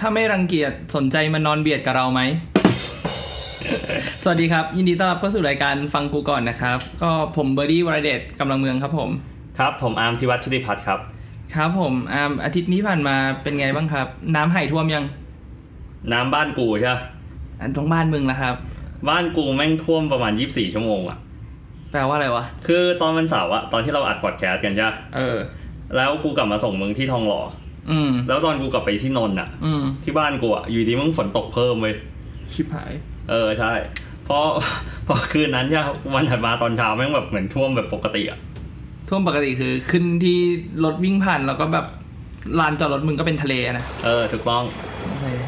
ถ้าไม่รังเกียจสนใจมานอนเบียดกับเราไหม สวัสดีครับ ยินดีต้อนรับเข้าสู่รายการฟังกูก่อนนะครับ ก็ผมเบอร์ดี้วรเดชกำลังเมืองครับผม ครับ ผมอาร์มธิวัฒน์ชุติพัฒน์ครับ ครับผมอาร์มอาทิตย์นี้ผ่านมาเป็นไงบ้างครับ น้ำไหายท่วมยัง น้ำบ้านกูใช่ปะ อันตรงบ้านมึงละครับ บ้านกูแม่งท่วมประมาณ 24 ชั่วโมงอะ แปลว่าอะไรวะ คือตอนวันเสาร์อะตอนที่เราอัดพอดแคสต์กันใช่ปะ เออ แล้วกูกลับมาส่งมึงที่ทองหล่อ อืม แล้วตอนกูกลับไปที่นนท์อะ อืม ที่บ้านกูอะอยู่ดีมึงฝนตกเพิ่มเว้ย ชิบหาย เออใช่เพราะ เพราะคืนนั้นใช่ปะวันถัดมาตอนเช้าแม่งแบบเหมือนท่วมแบบปกติอะ ท่วมปกติคือขึ้นที่รถวิ่งผ่านแล้วก็แบบลานจอดรถมึงก็เป็นทะเลอะนะ เออถูกต้อง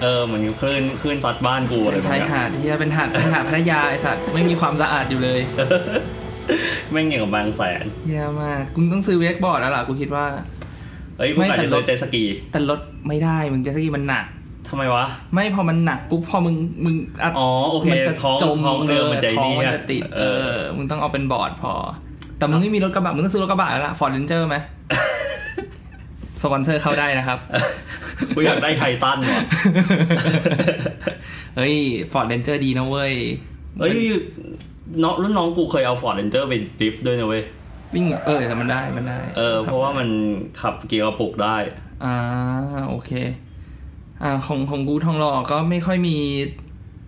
เออเหมือนคลื่นคลื่นซัดบ้านกูอะไรแบบ ชาย เนี้ย หาดที่เป็นหาดหาดพัทยาไอสัตว์ไม่มีความสะอาดอยู่เลย แม่งอย่างกับบางแสน แย่มากคุณต้องซื้อเวกบอร์ดแล้วล่ะกูคิดว่า เอ้ยกูกะจะซื้อเจ็ตสกี แต่รถไม่ได้มึงเจตสกีมันหนัก ทำไมวะ ไม่พอมันหนักปุ๊บพอมึงมึงอัด อ๋อโอเค มั ท้องท้องเรือมันจะ ท้อง นี่ มัน อะ จะติด เอ เอ อ อมึงต้องเอาเป็นบอร์ดพอ แต่มึงไม่มีรถกระบะมึงต้องซื้อรถกระบะแล้วล่ะฟอร์ดเรนเจอร์ ไหมสปอนเซอร์เข้าได้นะครับ กูอยากได้ไททันว่ะ เฮ้ยฟอร์ดเรนเจอร์ดีนะเว้ย เอ้ยน้องรุ่นน้องกูเคยเอาฟอร์ดเรนเจอร์ไปดริฟต์ด้วยนะเว้ย วิ่งเออแต่มันได้มันได้ เออ เพราะว่ามันขับเกียร์กระปุกได้ อ่าโอเค อ่าของของกูทองหล่อก็ไม่ค่อยมี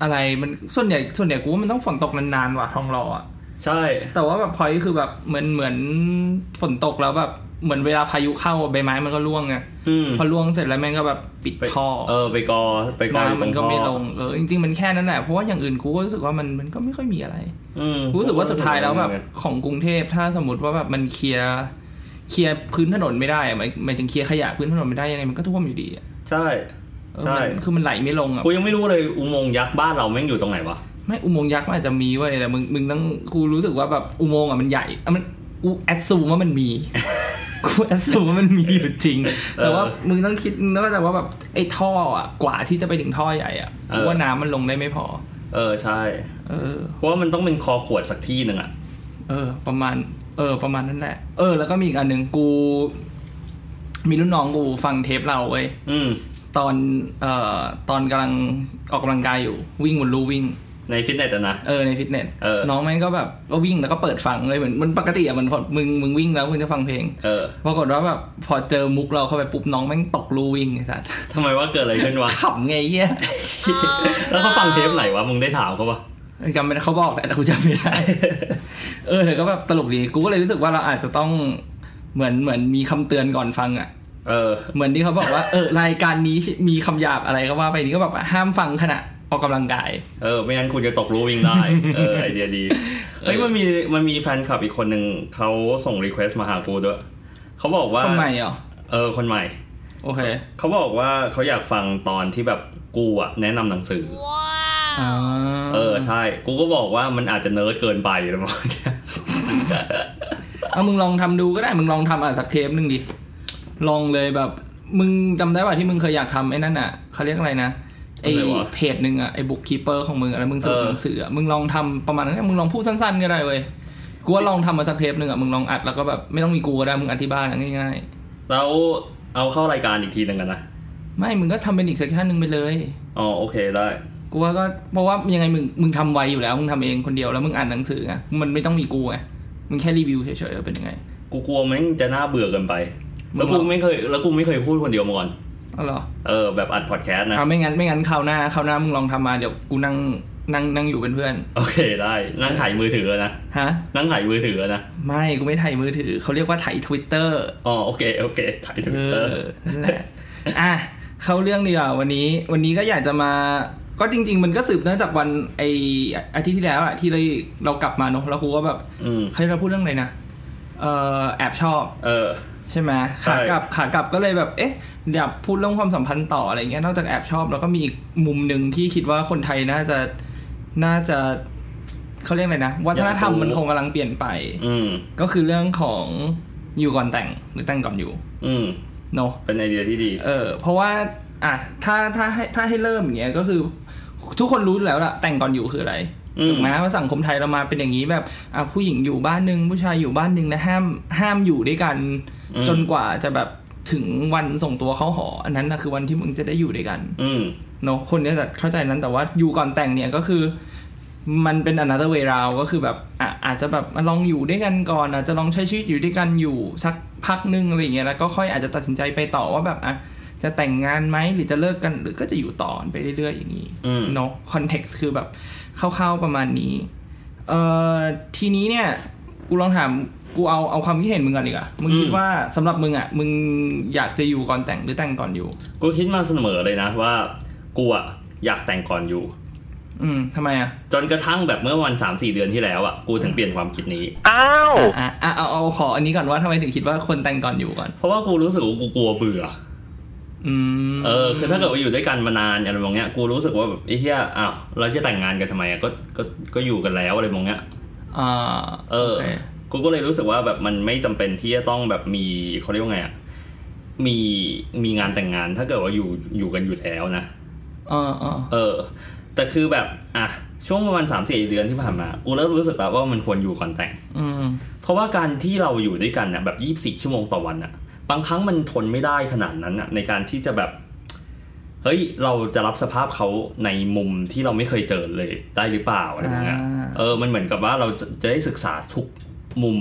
อะไรมันส่วนใหญ่ส่วนใหญ่กูว่ามันต้องฝนตกนานๆว่ะทองหล่ออะ ใช่ แต่ว่าแบบพอยต์คือแบบเหมือนเหมือนฝนตกแล้วแบบเหมือนเวลาพายุเข้าใบไม้มันก็ร่วงไง อืม พอร่วงเสร็จแล้วแม่งก็แบบปิด ไป ท่อ เออไปกอไปกออยู่ น้ำ ต มั ร น ง ก็ ท่อ ไม่ลงเออจริงๆมันแค่นั้นแหละเพราะว่าอย่างอื่นกูก็รู้สึกว่ามันมันก็ไม่ค่อยมีอะไร อืม กูรู้สึกว่าสุดท้ายแล้วแบบของกรุงเทพถ้าสมมติว่าแบบมันเคลียร์เคลียร์พื้นถนนไม่ได้อะหมายหมายถึงเคลียร์ขยะพื้นถนนไม่ได้ยังไงมันก็ท่วมอยู่ดีอะ ใช่ เออ ใช่ มันคือมันไหลไม่ลงอ่ะ กูยังไม่รู้เลยอุโมงค์ยักษ์บ้านเราแม่งอยู่ตรงไหนวะ ไม่อุโมงค์ยักษ์มันอาจจะมีเว้ยแต่มึงมึงต้องกูรู้สึกว่าแบบอุโมงค์อ่ะมันใหญ่อ่ะมันกูแอดซูมว่ามัน มี กูแอดซูมว่ามันมีอยู่จริง เออ แต่ว่ามึงต้องคิดนึกว่าแต่ว่าแบบไอ้ท่ออ่ะกว่าที่จะไปถึงท่อใหญ่อ่ะ เออ กูว่าน้ำมันลงได้ไม่พอ เออใช่ เออ เพราะว่ามันต้องเป็นคอขวดสักที่หนึ่งอะ เออ ประมาณ เออ ประมาณนั้นแหละ เออ แล้วก็มีอีกอันหนึ่งกู มีรุ่นน้องกูฟังเทปเราเว้ย อืม ตอนเอ่อตอนกำลังออกกำลังกายอยู่วิ่งบนลู่วิ่ง ในฟิตเนสอะนะ เออในฟิตเนส เออ น้องแม่งก็แบบก็วิ่งแล้วก็เปิดฟังเลยเหมือนมันปกติอะมันพอมึงมึงวิ่งแล้วมึงจะฟังเพลง เออ ปรากฏว่าแบบพอเจอมุกเราเข้าไปปุ๊บน้องแม่งตกลูวิ่งไอ้สัส ทำไมว่าเกิดอะไรขึ้นวะ ขำไงเงี้ย แล้วเขาฟังเทปไหนวะมึงได้ถามเขาปะ จำเป็นเขาบอกแหละแต่กูจำไม่ ได้ เออแต่ก็แบบตลกดีกูก็เลยรู้สึกว่าเราอาจจะต้องเหมือนเหมือนมีคำเตือนก่อนฟังอะ เออ เหมือนที่เขาบอกว่า เออรายการนี้มีคำหยาบอะไรก็ว่าไปนี่ก็แบบว่าห้ามฟังขณะออกกำลังกาย เออ ไม่งั้นคุณจะตกรู้วิ่งได้ เออ ไอเดียดีเอ้ย มันมี มันมีแฟนคลับอีกคนหนึ่ง เขาส่งรีเควสต์มาหากูด้วย เขาบอกว่า คนใหม่เหรอ เออ คนใหม่ โอเค เขาบอกว่าเขาอยากฟังตอนที่แบบกูอะแนะนำหนังสือ อ่า เออ ใช่ กูก็บอกว่ามันอาจจะเนิร์ดเกินไปอะไรประมาณเนี้ย เอามึงลองทำดูก็ได้ มึงลองทำอ่ะสักเทปหนึ่งดิ ลองเลยแบบ มึงจำได้ป่ะที่มึงเคยอยากทำไอ้นั่นอ่ะเขาเรียกอะไรนะไอ้เพจหนึ่งอ่ะไอ้บุ๊กคีเปอร์ของมึงอะแล้วมึงสรุปหนังสืออ่ะมึงลองทำประมาณนั้นอะมึงลองพูดสั้นๆก็ได้เว้ยกูว่าลองทำมาสักเทปหนึ่งอ่ะมึงลองอัดแล้วก็แบบไม่ต้องมีกูก็ได้มึงอธิบายอะง่าย แล้วเอาเข้ารายการอีกทีหนึ่งกันนะ ๆ ไม่มึงก็ทำเป็นอีกเซสชั่นหนึ่งไปเลย อ๋อ โอเค ได้ กูว่าก็เพราะว่ายังไงมึงมึงทำไวอยู่แล้วมึงทำเองคนเดียวแล้วมึงอ่านหนังสือไงมันไม่ต้องมีกูไงมึงแค่รีวิวเฉยๆว่าเป็นยังไง กูกลัวมันจะน่าเบื่อเกินไป แล้วกูไม่เคย แล้วกูไม่เคยพูดคนเดียวมาก่อน เอาเหรอ เออ แบบอัดพอดแคสต์นะ เอาไม่งั้นไม่งั้นคราวหน้าคราวหน้ามึงลองทำมาเดี๋ยวกูนั่งนั่งนั่งอยู่เป็นเพื่อน โอเค ได้ นั่งถ่ายมือถือนะ ฮะ นั่งถ่ายมือถือนะ ไม่กูไม่ถ่ายมือถือเขาเรียกว่าถ่ายทวิตเตอร์ อ๋อโอเคโอเคถ่ายท เอ วิตเตอร์ อนั่นแหละอ่ ะเข้าเรื่องดีกว่าวันนี้ วันนี้ก็อยากจะมา ก็จริง ๆ มันก็สืบเนื่องจากวันไออาทิตย์ที่แล้วอะที่เราเรากลับมาเนอะแล้วกูก็แบบ อืม ใครเราพูดเรื่องอะไรนะเออแอบชอบ เออ ใช่ไหม ใช่ ขากลับขากลับก็เลยแบบ เอ๊ะอยากพูดเรื่องความสัมพันธ์ต่ออะไรเงี้ยนอกจากแอบชอบแล้วก็มีอีกมุมหนึ่งที่คิดว่าคนไทยน่าจะน่าจะเขาเรียกอะไรนะ วัฒนธรรมมันคงกำลังเปลี่ยนไป อืม ก็คือเรื่องของอยู่ก่อนแต่งหรือแต่งก่อนอยู่ อืม เนาะ เป็นไอเดียที่ดี เออเพราะว่าอ่ะถ้าถ้าให้ถ้าให้เริ่มอย่างเงี้ยก็คือ ทุกคนรู้อยู่แล้วละแต่งก่อนอยู่คืออะไร อืม ถูกไหมว่าสังคมไทยเรามาเป็นอย่างนี้แบบอ่ะผู้หญิงอยู่บ้านหนึ่งผู้ชายอยู่บ้านหนึ่งนะห้ามห้ามอยู่ด้วยกัน อืม จนกว่าจะแบบ ถึงวันส่งตัวเข้าหอ อันนั้นนะคือวันที่มึงจะได้อยู่ด้วยกัน อืม เนาะคนเนี้ยจะเข้าใจนั้นแต่ว่าอยู่ก่อนแต่งเนี่ยก็คือ มันเป็น another way round ก็คือแบบอ่ะอาจจะแบบมาลองอยู่ด้วยกันก่อนอาจจะลองใช้ชีวิตอยู่ด้วยกันอยู่สักพักหนึงอะไรอย่างเงี้ยแล้วก็ค่อยอาจจะตัดสินใจไปต่อว่าแบบอ่ะจะแต่งงานไหมหรือจะเลิกกันหรือก็จะอยู่ต่อไปเรื่อยๆอย่างนี้ อืม เนาะคอนเท็กซ์คือแบบคร่าวๆประมาณนี้เอ่อทีนี้เนี่ย กูลองถามกูเอาเอาความคิดเห็นมึงก่อนดีกว่ามึง อืม คิดว่าสำหรับมึงอ่ะ มึงอยากจะอยู่ก่อนแต่งหรือแต่งก่อนอยู่ กูคิดมาเสมอเลยนะว่ากูอะอยากแต่งก่อนอยู่ อืมทำไมอ่ะ จนกระทั่งแบบเมื่อวัน 3 4 เดือนที่แล้วอะกูถึงเปลี่ยนความคิดนี้ อ้าว อ่ะอ่ะเอาเอาขออันนี้ก่อนว่าทำไมถึงคิดว่าคนแต่งก่อนอยู่ก่อน เพราะว่ากูรู้สึกว่ากูกลัวเบื่อ อืม เออคือถ้าเกิดว่าอยู่ด้วยกันมานานอะไรมองเงี้ยกูรู้สึกว่าแบบไอ้เหี้ยอ้าวเราจะแต่งงานกันทำไมอะก็ก็ก็อยู่กันแล้วอะไรมองเงี้ย อ่า เออ โค กูก็เลยรู้สึกว่าแบบมันไม่จำเป็นที่จะต้องแบบมีเขาเรียกว่าไงอะมีมีงานแต่งงานถ้าเกิดว่าอยู่อยู่กันอยู่แล้วนะ เออเออ เออ แต่คือแบบอ่ะช่วงประมาณสามสี่เดือนที่ผ่านมา กูเริ่มรู้สึกแล้วว่ามันควรอยู่ก่อนแต่ง อืม เพราะว่าการที่เราอยู่ด้วยกันนะแบบยี่บสี่ชั่วโมงต่อวันน่ะ บางครั้งมันทนไม่ได้ขนาดนั้นน่ะในการที่จะแบบ เฮ้ย เราจะรับสภาพเขาในมุมที่เราไม่เคยเจอเลยได้หรือเปล่าอะไรแบบเนี้ยเออ มันเหมือนกับว่าเราจะได้ศึกษาทุกมุม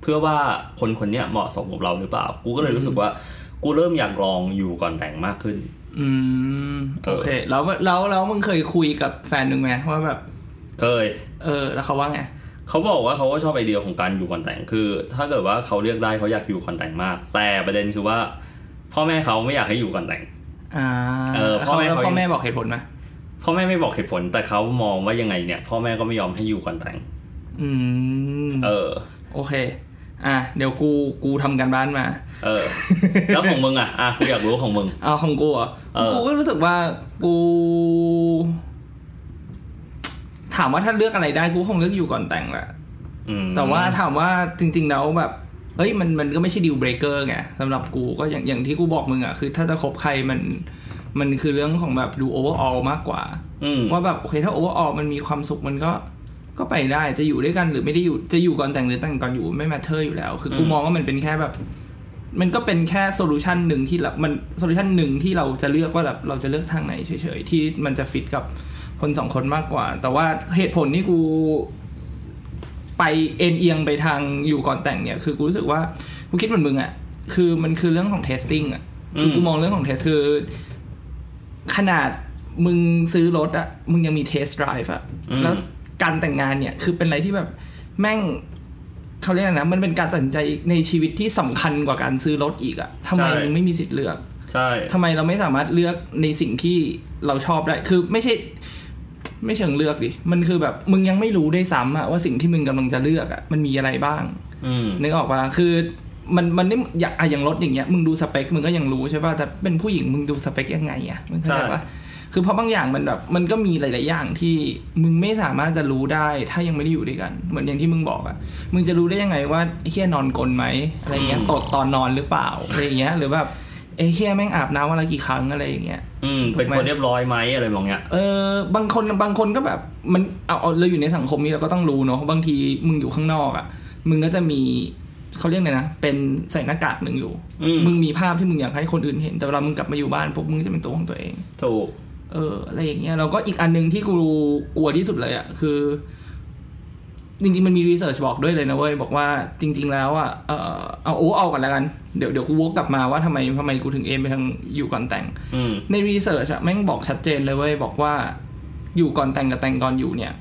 เพื่อว่าคนคนเนี้ยเหมาะสมกับเราหรือเปล่า กูก็เลยรู้สึกว่า กูเริ่มอยากลองอยู่ก่อนแต่งมากขึ้น อืมโอเคแล้วแล้วแล้วมึงเคยคุยกับแฟนมึงไหมว่าแบบ เคย เออ แล้วเขาว่าไง เขาบอกว่าเขาก็ชอบไอเดียของการอยู่ก่อนแต่ง คือ ถ้าเกิดว่าเขาเลือกได้เขาอยากอยู่ก่อนแต่งมาก แต่ประเด็นคือว่าพ่อแม่เขาไม่อยากให้อยู่ก่อนแต่ง อ่า เออ แล้ว พ่อ เขา แม่ แล้ว เขา พ่อ ยัง แม่บอกเหตุผลไหม พ่อแม่ไม่บอกเหตุผล แต่เขามองว่ายังไงเนี่ย พ่อแม่ก็ไม่ยอมให้อยู่ก่อนแต่ง อืม เออ โอเค อ่ะ เดี๋ยวกูกูทำการบ้าน มา เออ แล้วของมึงอ่ะ อ่ะกูอยากรู้ของมึง เอาของกูเหรอ่ะ เออ กูก็รู้สึกว่ากู ถามว่าถ้าเลือกอะไรได้กูคงเลือกอยู่ก่อนแต่งแหละ อืม แต่ว่าถามว่าจริง ๆ แล้วแบบเฮ้ยมันมันก็ไม่ใช่ดิวเบรกเกอร์ไงสำหรับกูก็อย่างอย่างที่กูบอกมึงอ่ะคือถ้าจะคบใครมัน มันคือเรื่องของแบบดูโอเวอร์ออลมากกว่า อืม ว่าแบบโอเคถ้าโอเวอร์ออลมันมีความสุขมันก็ก็ไปได้จะอยู่ด้วยกันหรือไม่ได้อยู่จะอยู่ก่อนแต่งหรือแต่งก่อนอยู่ไม่แมทเทอร์อยู่แล้ว คือกูมองว่ามันเป็นแค่แบบ มันก็เป็นแค่โซลูชันหนึ่งที่เรามันโซลูชันหนึ่งที่เราจะเลือกว่าแบบเราจะเลือกทางไหนเฉยๆ ที่มันจะฟิตกับคนสองคนมากกว่า แต่ว่าเหตุผลที่กู ไปเอ็นเอียงไปทางอยู่ก่อนแต่งเนี่ย คือกูรู้สึกว่ากูคิดเหมือนมึงอะคือมันคือเรื่องของเทสติ้งอะคือกูมองเรื่องของเทสคือ ขนาดมึงซื้อรถอะมึงยังมีเทสต์ไดรฟ์อะแล้วการแต่งงานเนี่ย คือเป็นอะไรที่แบบแม่งเขาเรียกอะไรนะ มันเป็นการตัดสินใจในชีวิตที่สำคัญกว่าการซื้อรถอีกอะทำไมมึงไม่มีสิทธิ์เลือก ใช่ ทำไมเราไม่สามารถเลือกในสิ่งที่เราชอบได้ คือไม่ใช่ ไม่เชิงเลือกดิ มันคือแบบมึงยังไม่รู้ได้วยซ้ำอะว่าสิ่งที่มึงกำลังจะเลือกอะมันมีอะไรบ้าง อืม นึกออกปะคือมันมันไม่อยากอะอย่างรถอย่างเงี้ยมึงดูสเปคมึงก็ยังรู้ใช่ป่ะแต่เป็นผู้หญิงมึงดูสเปคยังไงอะมึงเข้าใจปะ ใช่ คือเพราะบางอย่างมันแบบมันก็มีหลาย ๆ อย่างที่มึงไม่สามารถจะรู้ได้ถ้ายังไม่ได้อยู่ด้วยกัน เหมือนอย่างที่มึงบอกอะมึงจะรู้ได้ยังไงว่าไอ้เฮียนอนกลนไหมอะไรเงี้ยตดตอนนอนหรือเปล่าอะไรเงี้ยหรือแบบไอ้เฮียแม่งอาบน้ำวันละกี่ครั้งอะไรอย่างเงี้ย อืม เป็นคนเรียบร้อยไหมอะไรมองเงี้ย เออบางคนบางคนก็แบบมันเอาเอาเราอยู่ในสังคมนี้เราก็ต้องรู้เนาะบางทีมึงอยู่ข้างนอกอะ่ะ มึงก็จะมีเขาเรียกไงนะ เป็นใส่หน้ากากหนึ่งอยู่ อืม มึงมีภาพที่มึงอยากให้คนอื่นเห็น แต่เวลามึงกลับมาอยู่บ้านปุ๊บมึงก็จะเป็นตัวของตัวเอง ถูก เอออะไรอย่างเงี้ยเราก็อีกอันหนึ่งที่กูกลัวที่สุดเลยอะ่ะคือ จริงๆมันมีรีเสิร์ชบอกด้วยเลยนะเว้ยบอกว่าจริง ๆ แล้วอะ่ะเออเอาโอ้เอากันแล้วกันเดี๋ยวเดี๋ยวกูวกกลับมาว่าทำไมทำไมกูถึงเอมไปทางอยู่ก่อนแต่ง อืม ในรีเสิร์ชอะแม่งบอกชัดเจนเลยเว้ย บอกว่าอยู่ก่อนแต่งกับแต่งก่อนอยู่เนี่ย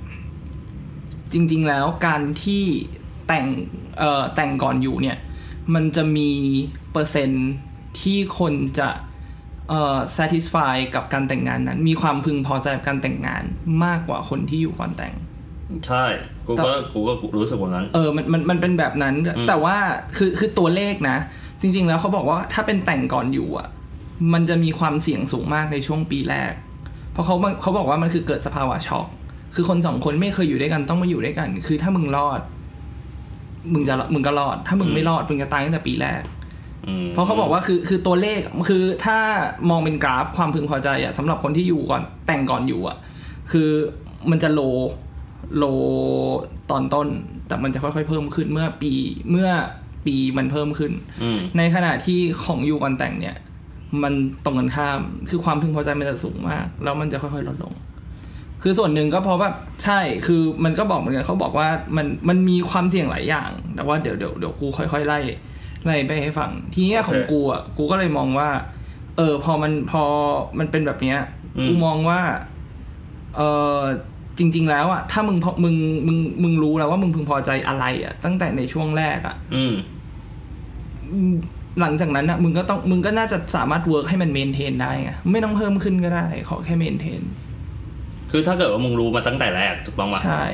จริง ๆ แล้วการที่แต่งเอ่อแต่งก่อนอยู่เนี่ย มันจะมีเปอร์เซ็นต์ที่คนจะเอ่อ satisfy กับการแต่งงานนั้น มีความพึงพอใจกับการแต่งงานมากกว่าคนที่อยู่ก่อนแต่ง ใช่ กูก็ กูก็รู้สึกแบบนั้น เออ มัน มัน มันเป็นแบบนั้น อืม แต่ว่า คือ คือตัวเลขนะ จริง ๆ แล้วเขาบอกว่า ถ้าเป็นแต่งก่อนอยู่อ่ะ มันจะมีความเสี่ยงสูงมากในช่วงปีแรก เพราะเขาเขาบอกว่ามันคือเกิดสภาวะช็อก คือคนสองคนไม่เคยอยู่ด้วยกันต้องมาอยู่ด้วยกัน คือถ้ามึงรอด มึงจะ มึงก็รอด ถ้ามึงไม่รอด มึงจะตายตั้งแต่ปีแรก อืม เพราะเขาบอกว่าคือคือตัวเลขคือถ้ามองเป็นกราฟความพึงพอใจอะสำหรับคนที่อยู่ก่อนแต่งก่อนอยู่อะคือมันจะโลโลตอนต้น แต่มันจะค่อยๆเพิ่มขึ้นเมื่อปีเมื่อ ปีมันเพิ่มขึ้น อืม ในขณะที่ของยูก่อนแต่งเนี่ย มันตรงกันข้ามคือความพึงพอใจมันจะสูงมาก แล้วมันจะค่อยๆลดลง คือส่วนหนึ่งก็เพราะแบบใช่คือมันก็บอกเหมือนกันเขาบอกว่ามันมันมีความเสี่ยงหลายอย่าง แต่ว่าเดี๋ยวเดี๋ยวเดี๋ยวกูค่อยๆไล่ไล่ไปให้ฟัง ทีเนี้ยของ โอเค กูอ่ะกูก็เลยมองว่า เออพอมันพอมันเป็นแบบเนี้ย อืม กูมองว่า เออจริง ๆ แล้วอ่ะถ้ามึงพอมึงมึงมึงรู้แล้วว่ามึงพึงพอใจอะไรอ่ะ ตั้งแต่ในช่วงแรกอ่ะ อืม หลังจากนั้นนะมึงก็ต้องมึงก็น่าจะสามารถเวิร์กให้มันเมนเทนได้ไงไม่ต้องเพิ่มขึ้นก็ได้ขอแค่เมนเทน คือถ้าเกิดว่ามึงรู้มาตั้งแต่แรกถูกต้องปะ ใช่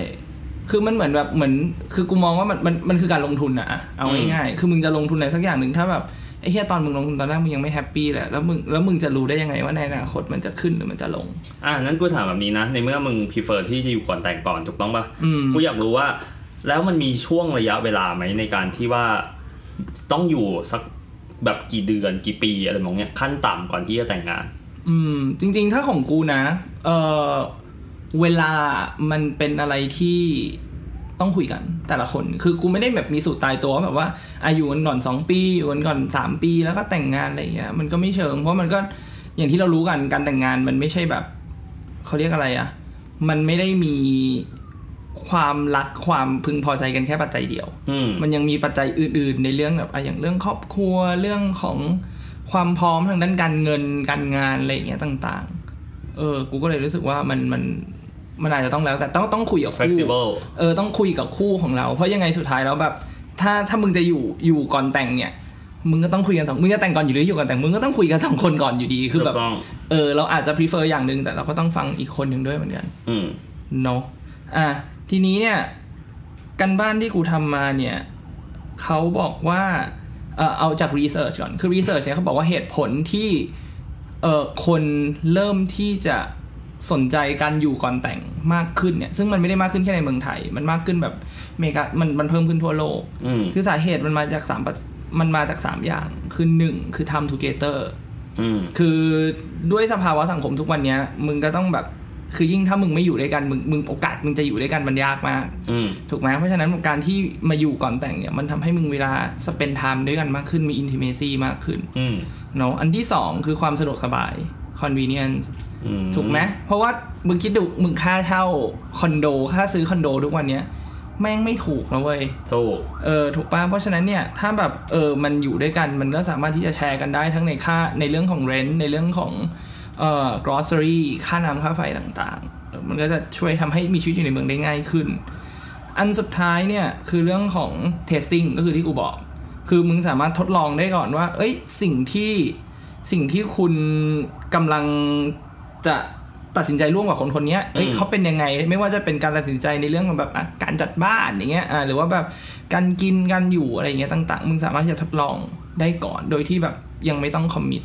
คือมันเหมือนแบบเหมือน คือกูมองว่ามันมันมันคือการลงทุนอะเอา อืม ง่ายๆคือมึงจะลงทุนอะไรสักอย่างหนึ่งถ้าแบบไอ้เฮียตอนมึงลงทุนตอนแรกมึงยังไม่แฮปปี้แหละแล้วมึงแล้วมึงจะรู้ได้ยังไงว่าในอนาคตมันจะขึ้นหรือมันจะลง อ่ะนั้นกูถามแบบนี้นะ ในเมื่อมึง prefer ที่จะอยู่ก่อนแต่งก่อนถูกต้องปะ อืม กูอยากรู้ว่า แล้วมันมีช่วงระยะเวลาไหมในการที่ว่าต้องอยู่สักแบบกี่เดือนกี่ปีอะไรมองเนี้ยขั้นต่ำก่อนที่จะแต่งงาน อืม จริง ๆ ถ้าของกูนะ เออเวลามันเป็นอะไรที่ต้องคุยกันแต่ละคน คือกูไม่ได้แบบมีสูตรตายตัวว่าแบบว่าอายุกันก่อนสองปีอยู่กันก่อนสามปีแล้วก็แต่งงานอะไรอย่างเงี้ยมันก็ไม่เชิง เพราะมันก็อย่างที่เรารู้กันการแต่งงานมันไม่ใช่แบบเขาเรียกอะไรอะ่ะ มันไม่ได้มีความรักความพึงพอใจกันแค่ปัจจัยเดียว อืม มันยังมีปัจจัยอื่น ๆ ในเรื่องแบบอ่ะอย่างเรื่องครอบครัวเรื่องของความพร้อมทางด้านการเงินการงานอะไรอย่างเงี้ยต่างๆ เออ กูก็เลยรู้สึกว่ามันมันมันอาจจะต้องแล้วแต่ต้องต้องคุยกับคู่ flexible เออต้องคุยกับคู่ของเรา เพราะยังไงสุดท้ายแล้วแบบ ถ้าถ้ามึงจะอยู่อยู่ก่อนแต่งเนี่ย มึงก็ต้องคุยกันสองมึงจะแต่งก่อนอยู่หรืออยู่ก่อนแต่งมึงก็ต้องคุยกันสองคนก่อนอยู่ดีคือ ถู แบบ กต้อง เออเราอาจจะ prefer อย่างหนึ่งแต่เราก็ต้องฟังอีกคนหนึ่งด้วยเหมือนกัน อืม เนาะอ่ะทีนี้เนี่ยกันบ้านที่กูทำมาเนี่ยเขาบอกว่าเออเอาจากรีเสิร์ชก่อน คือรีเสิร์ชเนี่ยเขาบอกว่าเหตุผลที่เออคนเริ่มที่จะสนใจการอยู่ก่อนแต่งมากขึ้นเนี่ย ซึ่งมันไม่ได้มากขึ้นแค่ในเมืองไทย มันมากขึ้นแบบอเมริกามันมันเพิ่มขึ้นทั่วโลก อืม คือสาเหตุมันมาจากสามปัจมันมาจากสามอย่าง คือหนึ่งคือทำทูเกเตอร์ อืม คือด้วยสภาวะสังคมทุกวันเนี้ย มึงก็ต้องแบบคือยิ่งถ้ามึงไม่อยู่ด้วยกันมึงมึงโอกาสมึงจะอยู่ด้วยกันมันยากมาก อืม ถูกไหมเพราะฉะนั้นการที่มาอยู่ก่อนแต่งเนี่ย มันทำให้มึงเวลาสเปนไทม์ด้วยกันมากขึ้นมีอินทิเมซีมากขึ้น อืม เนาะอันที่สองคือความสะดวกสบาย convenience อืม ถูกไหมเพราะว่ามึงคิดดูมึงค่าเช่าคอนโดค่าซื้อคอนโดทุกวันเนี้ยแม่งไม่ถูกนะเว้ย ถูก เออถูกป่ะเพราะฉะนั้นเนี่ยถ้าแบบเออมันอยู่ด้วยกันมันก็สามารถที่จะแชร์กันได้ทั้งในค่าในเรื่องของ rent ในเรื่องของเอ่อ grocery ค่าน้ำค่าไฟต่างๆเออมันก็จะช่วยทำให้มีชีวิตอยู่ในเมืองได้ง่ายขึ้น อันสุดท้ายเนี่ยคือเรื่องของ testing ก็คือที่กูบอก คือมึงสามารถทดลองได้ก่อนว่า เอ้ยสิ่งที่สิ่งที่คุณกำลังจะตัดสินใจร่วมกับคนคนเนี้ยเอ้ย อืม เขาเป็นยังไง ไม่ว่าจะเป็นการตัดสินใจในเรื่องของแบบอ่ะการจัดบ้านอย่างเงี้ยอ่าหรือว่าแบบการกินการอยู่อะไรอย่างเงี้ยต่าง ๆ มึงสามารถที่จะทดลองได้ก่อน โดยที่แบบยังไม่ต้องคอมมิต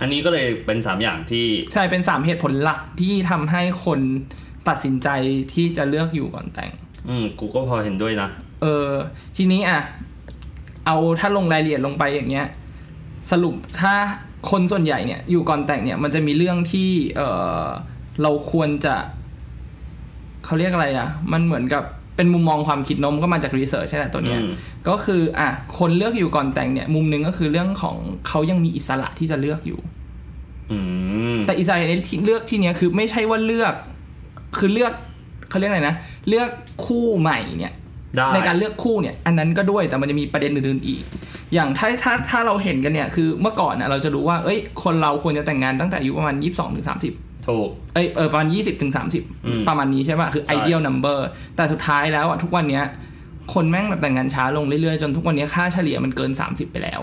อันนี้ก็เลยเป็นสามอย่างที่ ใช่เป็นสามเหตุผลหลักที่ทำให้คนตัดสินใจที่จะเลือกอยู่ก่อนแต่ง อืม กูก็พอเห็นด้วยนะ เออทีนี้อ่ะ เอาถ้าลงรายละเอียดลงไปอย่างเงี้ย สรุปถ้าคนส่วนใหญ่เนี่ย อยู่ก่อนแต่งเนี่ย มันจะมีเรื่องที่ เออเราควรจะเขาเรียกอะไรอ่ะ มันเหมือนกับเป็นมุมมองความคิดเนอะมนก็มาจากรีเสิร์ชใช่ไหมตัวเนี้ย อืม ก็คืออ่ะคนเลือกอยู่ก่อนแต่งเนี่ย มุมหนึ่งก็คือเรื่องของเขายังมีอิสระที่จะเลือกอยู่ อืม แต่อิสระในที่เลือกที่เนี้ยคือไม่ใช่ว่าเลือก คือเลือกเขาเรียกอะไรนะเลือกคู่ใหม่เนี่ย ได้ ในการเลือกคู่เนี่ยอันนั้นก็ด้วยแต่มันจะมีประเด็นอื่นๆอีก อย่างถ้าถ้าถ้าเราเห็นกันเนี่ยคือเมื่อก่อนน่ะเราจะรู้ว่าเอ้ย คนเราควรจะแต่งงานตั้งแต่อายุประมาณ 22ถึง30 ถูก เอ้ยเออประมาณ 20ถึง อืม 30 ประมาณนี้ใช่ป่ะ คือ ใช่ ideal number แต่สุดท้ายแล้วอ่ะทุกวันเนี้ยคนแม่งแบบแต่งงานช้าลงเรื่อยๆ จนทุกวันเนี้ยค่าเฉลี่ยมันเกิน 30 ไปแล้ว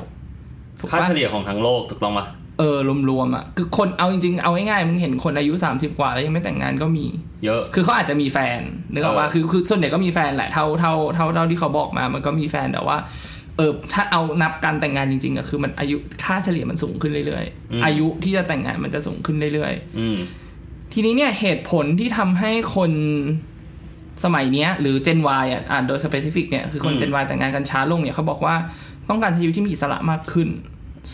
ถูก ค่า ปะ เฉลี่ยของทั้งโลกถูกต้องปะ เออรวมๆอ่ะคือคนเอาจริงๆเอาง่ายๆมึงเห็นคนอายุ 30 กว่าแล้วยังไม่แต่งงานก็มี เยอะ คือเขาอาจจะมีแฟนนึกออกว่า เออ คือคือส่วนใหญ่ก็มีแฟนแหละเท่าเท่าเท่าเท่าที่เขาบอกมา มันก็มีแฟนแต่ว่า เออถ้าเอานับการแต่งงานจริงๆอะคือมันอายุค่าเฉลี่ยมันสูงขึ้นเรื่อยๆ อายุที่จะแต่งงานมันจะสูงขึ้นเรื่อยๆ อืม ทีนี้เนี่ยเหตุผลที่ทำให้คนสมัยเนี้ย หรือ Gen Y อ่ะอ่านโดย specific เนี่ยคือคน อืม Gen Y แต่งงานกันช้าลงเนี่ยเขาบอกว่าต้องการใช้ชีวิตที่มีอิสระมากขึ้น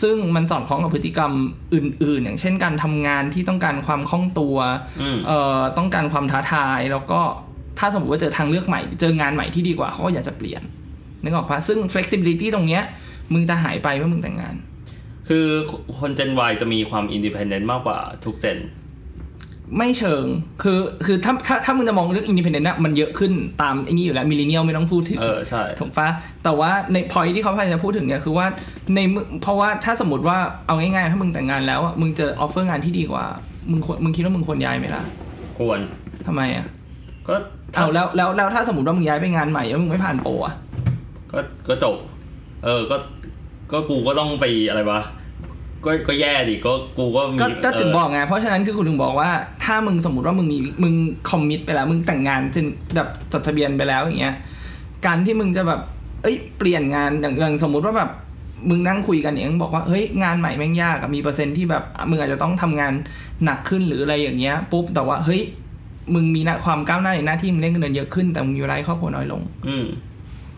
ซึ่งมันสอดคล้องกับพฤติกรรมอื่น ๆ อย่างเช่นการทำงานที่ต้องการความคล่องตัว อืม เอ่อต้องการความท้าทายแล้วก็ถ้าสมมติว่าเจอทางเลือกใหม่ เจองานใหม่ที่ดีกว่าเขาก็อยากจะเปลี่ยน นึกออกปะซึ่ง flexibility ตรงเนี้ย มึงจะหายไปเมื่อมึงแต่งงาน คือคนเจน Y จะมีความอินดิพ n เ e นต์มากกว่าทุกเจน ไม่เชิง คือคือถ้าถ้าถ้ามึงจะมองเรื่อง independent นะมันเยอะขึ้นตามไอ้นี่อยู่แล้วมิลเลนเนียลไม่ต้องพูดถึง เออ ใช่ ถูกปะแต่ว่าในพอยที่เขาพยายามจะพูดถึงเนี่ยคือว่าในเมื่อเพราะว่าถ้าสมมติว่าเอาง่ายๆ ถ้ามึงแต่งงานแล้วอะมึงเจอออฟเฟอร์งานที่ดีกว่า มึงควรมึงคิดว่ามึงควรย้ายไหมล่ะ ควร ทำไมอ่ะ ก็ถ้า เอาแล้วแล้วแล้วถ้าสมมติว่ามึงย้ายไปงานใหม่แล้วมึงไม่ผ่านโปรอะ ก็ก็จบ เออ ก็ ก็กูก็ต้องไปอะไรวะ ก็ ก็แย่ดิ ก็ กูก็มี ก็ก็ถึง เ บอกไงเพราะฉะนั้นคือคุณถึงบอกว่า ถ้ามึงสมมติว่ามึงมีมึงคอมมิตไปแล้ว มึงแต่งงานจนแบบจดทะเบียนไปแล้วอย่างเงี้ยการที่มึงจะแบบเอ้ยเปลี่ยนงานอย่างอย่างสมมติว่าแบบมึงนั่งคุยกันเองบอกว่าเฮ้ยงานใหม่แม่งยากอะมีเปอร์เซ็นต์ที่แบบมึงอาจจะต้องทำงาน หนักขึ้นหรืออะไรอย่างเงี้ยปุ๊บแต่ว่าเฮ้ยมึงมีหน้าความก้าวหน้าในหน้าที่มึงได้เงินเดือนเยอะขึ้นแต่มึงมีเวลาให้ครอบครัวน้อยลง อืม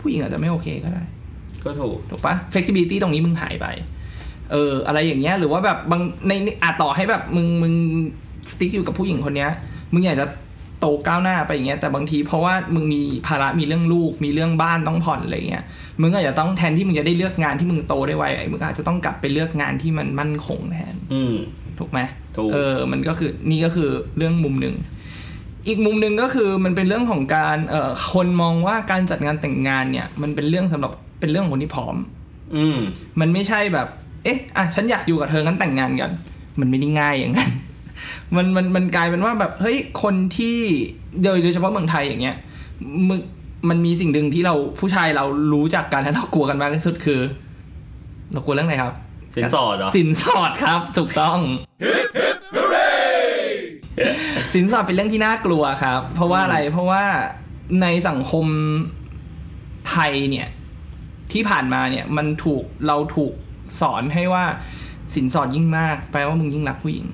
ผู้หญิงอาจจะไม่โอเคก็ได้ ก็ถูก ถูกปะ flexibility ตรงนี้มึงหายไป เออ อะไรอย่างเงี้ย หรือว่าแบบบางในอาจต่อให้แบบมึงมึงสติ๊กอยู่กับผู้หญิงคนเนี้ย มึงอยากจะโตก้าวหน้าไปอย่างเงี้ย แต่บางทีเพราะว่ามึงมีภาระมีเรื่องลูก มีเรื่องบ้านต้องผ่อนอะไรเงี้ย มึงก็อาจจะต้องแทนที่มึงจะได้เลือกงานที่มึงโตได้ไวไอ้มึงอาจจะต้องกลับไปเลือกงานที่มันมั่นคงแทน อืม ถูกไหม ถูก เออ มันก็คือนี่ก็คือเรื่องมุมหนึ่ง อีกมุมหนึ่งก็คือมันเป็นเรื่องของการเอ่อคนมองว่าการจัดงานแต่งงานเนี่ย มันเป็นเรื่องสำหรับเป็นเรื่องของคนที่ผอม อืม มันไม่ใช่แบบ เอ๊ะ อ่ะ ฉันอยากอยู่กับเธองั้นแต่งงานกัน มันไม่ได้ง่ายอย่างนั้น มัน มัน มันกลายเป็นว่าแบบ เฮ้ย คนที่โดยโดยเฉพาะเมืองไทยอย่างเงี้ย มึง มันมีสิ่งหนึ่งที่เราผู้ชายเรารู้จักกันและเรากลัวกันมากที่สุดคือ เรากลัวเรื่องอะไรครับ สินสอดเหรอ สินสอดครับ ถูกต้อง สินสอดเป็นเรื่องที่น่ากลัวครับ เพราะว่าอะไร เพราะว่าในสังคมไทยเนี่ย ที่ผ่านมาเนี่ย มันถูกเราถูกสอนให้ว่าสินสอดยิ่งมาก แปลว่ามึงยิ่งรักผู้หญิง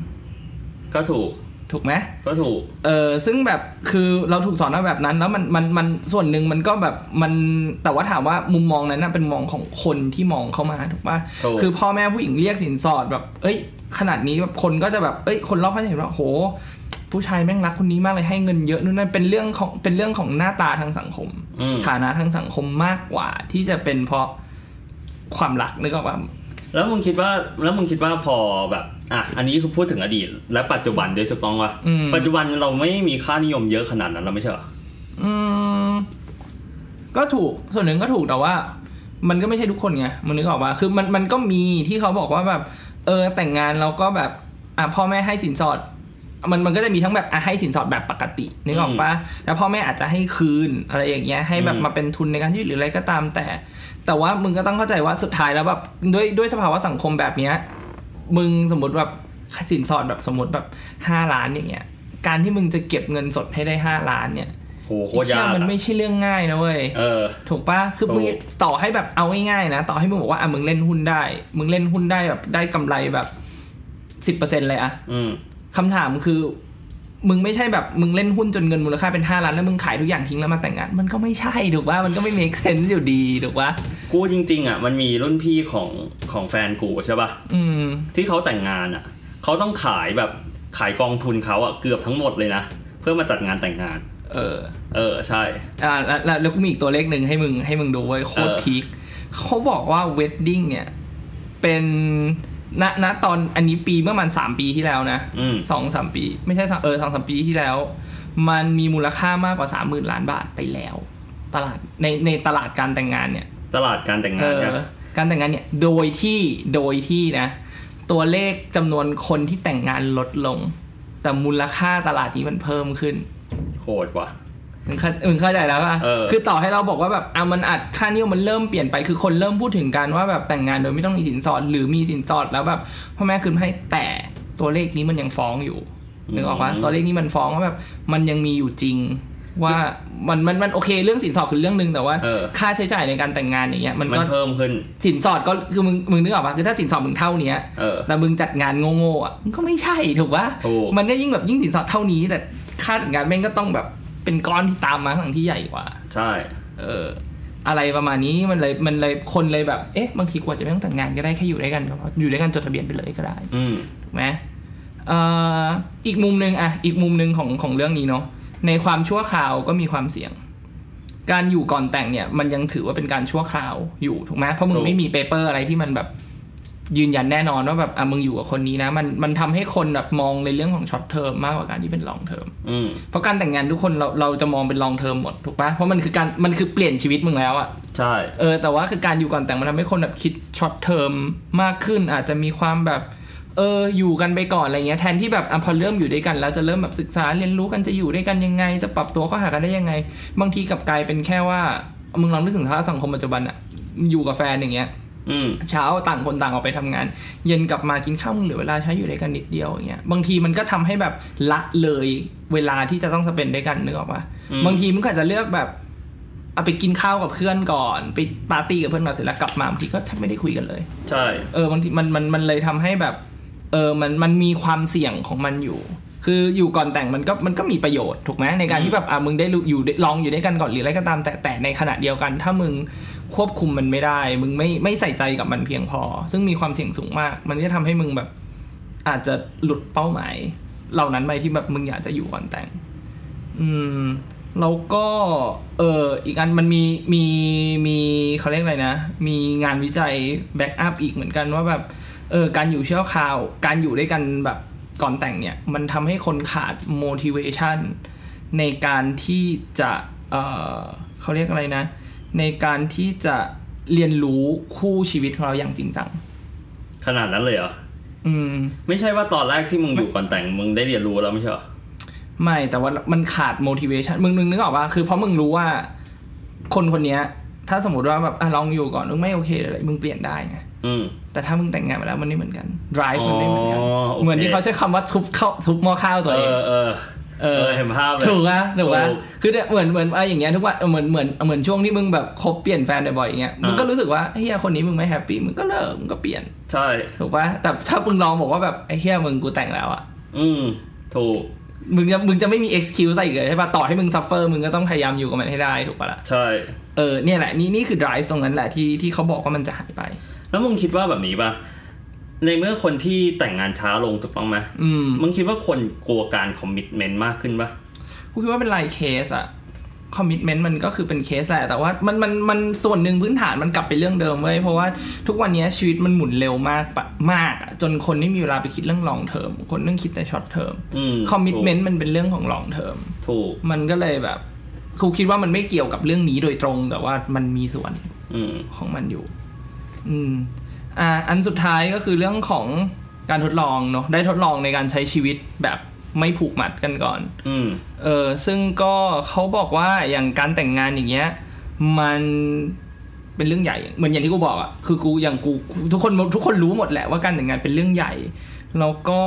ก็ถูก ถูกไหม ก็ถูก เออซึ่งแบบคือเราถูกสอนมาแบบนั้น แล้วมันมันมันส่วนหนึ่งมันก็แบบมันแต่ว่าถามว่ามุมมองนั้นนะเป็นมุมมองของคนที่มองเข้ามาถูกปะ ถูก คือพ่อแม่ผู้หญิงเรียกสินสอดแบบ เอ้ย ขนาดนี้แบบคนก็จะแบบเอ้ยคนรอบข้างจะเห็นว่าโห ผู้ชายแม่งรักคนนี้มากเลยให้เงินเยอะนู่นนั่นเป็นเรื่องของเป็นเรื่องของหน้าตาทางสังคม อืม ฐานะทางสังคมมากกว่าที่จะเป็นเพราะความรักนึกออกปะ แล้วมึงคิดว่าแล้วมึงคิดว่าพอแบบอ่ะอันนี้คือพูดถึงอดีต และปัจจุบันด้วยถูกต้องปะ อืม ปัจจุบันเราไม่มีค่านิยมเยอะขนาดนั้นเราไม่ใช่เหรอ อืมก็ถูกส่วนหนึ่งก็ถูกแต่ว่า มันก็ไม่ใช่ทุกคนไงมันนึกออกว่าคือมันมันก็มีที่เขาบอกว่าแบบ เออแต่งงานเราก็แบบอ่ะพ่อแม่ให้สินสอด มันมันก็จะมีทั้งแบบอ่ะให้สินสอดแบบปกตินึกออกปะแล้วพ่อแม่อาจจะให้คืนอะไรอย่างเงี้ยให้แบบมาเป็นทุนในการที่หรืออะไรก็ตามแต่ แต่ว่ามึงก็ต้องเข้าใจว่าสุดท้ายแล้วแบบด้วยด้วยสภาวะสังคมแบบเนี้ย มึงสมมติแบบสินสอดแบบสมมติแบบห้าล้านอย่างเงี้ย การที่มึงจะเก็บเงินสดให้ได้ห้าล้านเนี่ย โหโคตรยาก เชื่อมัน อะ ไม่ใช่เรื่องง่ายนะเว้ย เออ ถูกปะคือมึง ถูก ต่อให้แบบเอาง่ายๆนะ ต่อให้มึงบอกว่าอ่ะมึงเล่นหุ้นได้ มึงเล่นหุ้นได้แบบได้กำไรแบบสิบเปอร์เซ็นเลยอะ อืม คำถามคือ มึงไม่ใช่แบบมึงเล่นหุ้นจนเงินมูลค่าเป็นห้าล้านแล้วมึงขายทุกอย่างทิ้งแล้วมาแต่งงาน มันก็ไม่ใช่ถูกปะมันก็ไม่ make sense อยู่ดีถูกปะ กูจริง ๆ อ่ะ มันมีรุ่นพี่ของของแฟนกูใช่ปะ อืม ที่เขาแต่งงานอ่ะเขาต้องขายแบบขายกองทุนเขาอ่ะเกือบทั้งหมดเลยนะเพื่อมาจัดงานแต่งงาน เออ เออใช่ อ่าแล้วแล้วแล้วก็มีอีกตัวเลขหนึ่งให้มึงให้มึงดูไว้ยโคตร เออ พีคเขาบอกว่าเวดดิ้งเนี่ย เป็นณณตอนอันนี้ปีเมื่อมันสามปีที่แล้วนะ อืม สองสามปี ไม่ใช่สามเออสองสามปีที่แล้ว มันมีมูลค่ามากกว่าสามหมื่นล้านบาทไปแล้ว ตลาดในในตลาดการแต่งงานเนี่ย ตลาดการแต่เองงาน อ เนี่ย การแต่งงานเนี่ย โดยที่โดยที่นะ ตัวเลขจำนวนคนที่แต่งงานลดลง แต่มูลค่าตลาดนี้มันเพิ่มขึ้น โหดว่ะ มึงเข้ามึงเข้าใจแล้วป่ะ เออ คือต่อให้เราบอกว่าแบบอ่ะมันอัดค่านิยมมันเริ่มเปลี่ยนไปคือคนเริ่มพูดถึงการว่าแบบแต่งงานโดยไม่ต้องมีสินสอด หรือมีสินสอดแล้วแบบพ่อแม่คืนให้แต่ตัวเลขนี้มันยังฟ้องอยู่นึกออกปะตัวเลขนี้มันฟ้องว่าแบบมันยังมีอยู่จริง ว่ามันมันมันโอเคเรื่องสินสอดคือเรื่องหนึ่งแต่ว่า เออ ค่าใช้จ่ายในการแต่งงานอย่างเงี้ยมัน มัน ก็ เพิ่มขึ้น สินสอดก็คือมึงมึงนึกออกปะคือถ้าสินสอดมึงเท่าเนี้ย เออ แต่มึงจัดงานโง่ๆอ่ะมันก็ไม่ใช่ถูกปะ ถูก มันก็ยิ่งแบบยิ่งสินสอดเท่านี้ แต่ค่าจัดงานแม่งก็ต้องแบบเป็นก้อนที่ตามมาข้างหลังที่ใหญ่กว่า ใช่ เออ อะไรประมาณนี้มันเลยมันเลยคนเลยแบบเอ๊ะบางทีกว่าจะไม่ต้องแต่งงานก็ได้แค่อยู่ด้วยกันก็พออยู่ด้วยกันจดทะเบียนไปเลยก็ได้ อืม ถูกไหมเอ่ออีกมุมหนึ่งอ่ะอีกมุมหนึ่งของของเรื่องนี้เนาะในความชั่วคราวก็มีความเสี่ยง การอยู่ก่อนแต่งเนี่ย มันยังถือว่าเป็นการชั่วคราวอยู่ถูกไหมเพราะมึ ถู ง ก ไม่มีเปเปอร์อะไรที่มันแบบยืนยันแน่นอนว่าแบบอ่ะมึงอยู่กับคนนี้นะ มันมันทำให้คนแบบมองในเรื่องของช็อตเทอมมากกว่าการที่เป็นลองเทอม อืม เพราะการแต่งงานทุกคนเราเราจะมองเป็นลองเทอมหมดถูกปะเพราะมันคือการมันคือเปลี่ยนชีวิตมึงแล้วอะ ใช่ เออแต่ว่าคือการอยู่ก่อนแต่งมันทำให้คนแบบคิดช็อตเทอมมากขึ้น อาจจะมีความแบบ เอออยู่กันไปก่อนอะไรเงี้ยแทนที่แบบอะพอเริ่มอยู่ด้วยกันแล้วจะเริ่มแบบศึกษาเรียนรู้กันจะอยู่ด้วยกันยังไง จะปรับตัวเข้าหากันได้ยังไง บางทีกลับกลายเป็นแค่ว่ามึงลองนึกถึงถ้าสังคมปัจจุบันอะอยู่กับแฟนอย่างเงี้ย อืม เช้าต่างคนต่างออกไปทำงาน เย็นกลับมากินข้าวมึงเหลือเวลาใช้อยู่ด้วยกันนิดเดียวอย่างเงี้ยบางทีมันก็ทำให้แบบละเลยเวลาที่จะต้องสเปนด้วยกันนึกออกปะ อืม บางทีมึงก็อาจจะเลือกแบบเอาไปกินข้าวกับเพื่อนก่อน ไปปาร์ตี้กับเพื่อนก่อนเสร็จแล้วกลับมาบางทีก็แทบไม่ได้คุยกันเลย ใช่ เออบางทีมันมันมันเลยทำให้แบบ เออมันมันมีความเสี่ยงของมันอยู่ คืออยู่ก่อนแต่งมันก็มันก็มีประโยชน์ถูกไหมในการที่แบบอ่ะมึงได้รู้อยู่ได้ลองอยู่ด้วยกันก่อนหรืออะไรก็ตาม แต่แต่ในขณะเดียวกัน ถ้ามึงควบคุมมันไม่ได้ มึงไม่ไม่ใส่ใจกับมันเพียงพอ ซึ่งมีความเสี่ยงสูงมาก มันก็ทำให้มึงแบบอาจจะหลุดเป้าหมาย เหล่านั้นไปที่แบบมึงอยากจะอยู่ก่อนแต่ง อืมแล้วก็เอออีกอันมันมีมีมีเขาเรียกอะไรนะ มีงานวิจัยแบ็กอัพอีกเหมือนกันว่าแบบเออการอยู่เชี่ยวคราว การอยู่ด้วยกันแบบก่อนแต่งเนี่ย มันทำให้คนขาด motivation ในการที่จะเออเขาเรียกอะไรนะ ในการที่จะเรียนรู้คู่ชีวิตของเราอย่างจริงจัง ขนาดนั้นเลยเหรอ อืม ไม่ใช่ว่าตอนแรกที่มึงอยู่ก่อนแต่งมึงได้เรียนรู้แล้วไม่ใช่เหรอ ไม่แต่ว่ามันขาด motivation มึงนึงนึกออกปะคือเพราะมึงรู้ว่า คนคนเนี้ย ถ้าสมมติว่าแบบอ่ะลองอยู่ก่อนมึงไม่โอเคเลยมึงเปลี่ยนได้ไง อืม แต่ถ้ามึงแต่งงานไปแล้วมันไม่เหมือนกัน drive มันไม่เหมือนกัน อ๋อโอเค เหมือนที่เขาใช้คำว่าทุบเข้าทุบหม้อข้าวตัว เอ เอง อเออ เออเห็นภาพเลย ถูกนะถูกนะ ถูก คือเนี่ยเหมือนเหมือนอะไรอย่างเงี้ยทุกวันเหมือนเหมือนเหมือนช่วงที่มึงแบบคบเปลี่ยนแฟนบ่อยๆอย่างเงี้ยมึงก็ อ่า รู้สึกว่าเฮียคนนี้มึงไม่แฮปปี้มึงก็เลิกมึงก็เปลี่ยน ใช่ ถูกปะแต่ถ้ามึงลองบอกว่าแบบไอ้เฮียมึงกูแต่งแล้วอะ อืม ถูก มึงจะมึงจะไม่มี excuse อะไรอีกเลยใช่ปะต่อให้มึง suffer มึงก็ต้องพยายามอยู่กับมันให้ได้ถูกปะล่ะ ใช่ เออเนี่ยแหละนี่นี่คือ drive ตรงนั้นแหละที่ที่เขาบอกว่ามันจะหายไป แล้วมึงคิดว่าแบบนี้ป่ะ ในเมื่อคนที่แต่งงานช้าลงถูกต้องไหม อืม มึงคิดว่าคนกลัวการคอมมิชเมนต์มากขึ้นป่ะ กูคิดว่าเป็นรายเคสอะ commitment มันก็คือเป็นเคสแหละแต่ว่ามันมันมันส่วนหนึ่งพื้นฐานมันกลับไปเรื่องเดิมเว้ยเพราะว่าทุกวันนี้ชีวิตมันหมุนเร็วมากปะมากอะจนคนไม่มีเวลาไปคิดเรื่อง long term คนเรื่องคิดแต่ short term อืม commitment มันเป็นเรื่องของ long term ถูก มันก็เลยแบบกูคิดว่ามันไม่เกี่ยวกับเรื่องนี้โดยตรงแต่ว่ามันมีส่วน อืม ของมันอยู่ อืม อ่า อันสุดท้ายก็คือเรื่องของการทดลองเนาะ ได้ทดลองในการใช้ชีวิตแบบไม่ผูกมัดกันก่อน อืม เออ ซึ่งก็เขาบอกว่าอย่างการแต่งงานอย่างเงี้ย มันเป็นเรื่องใหญ่ เหมือนอย่างที่กูบอกอะคือกูอย่างกูทุกคนทุกคนรู้หมดแหละว่าการแต่งงานเป็นเรื่องใหญ่ แล้วก็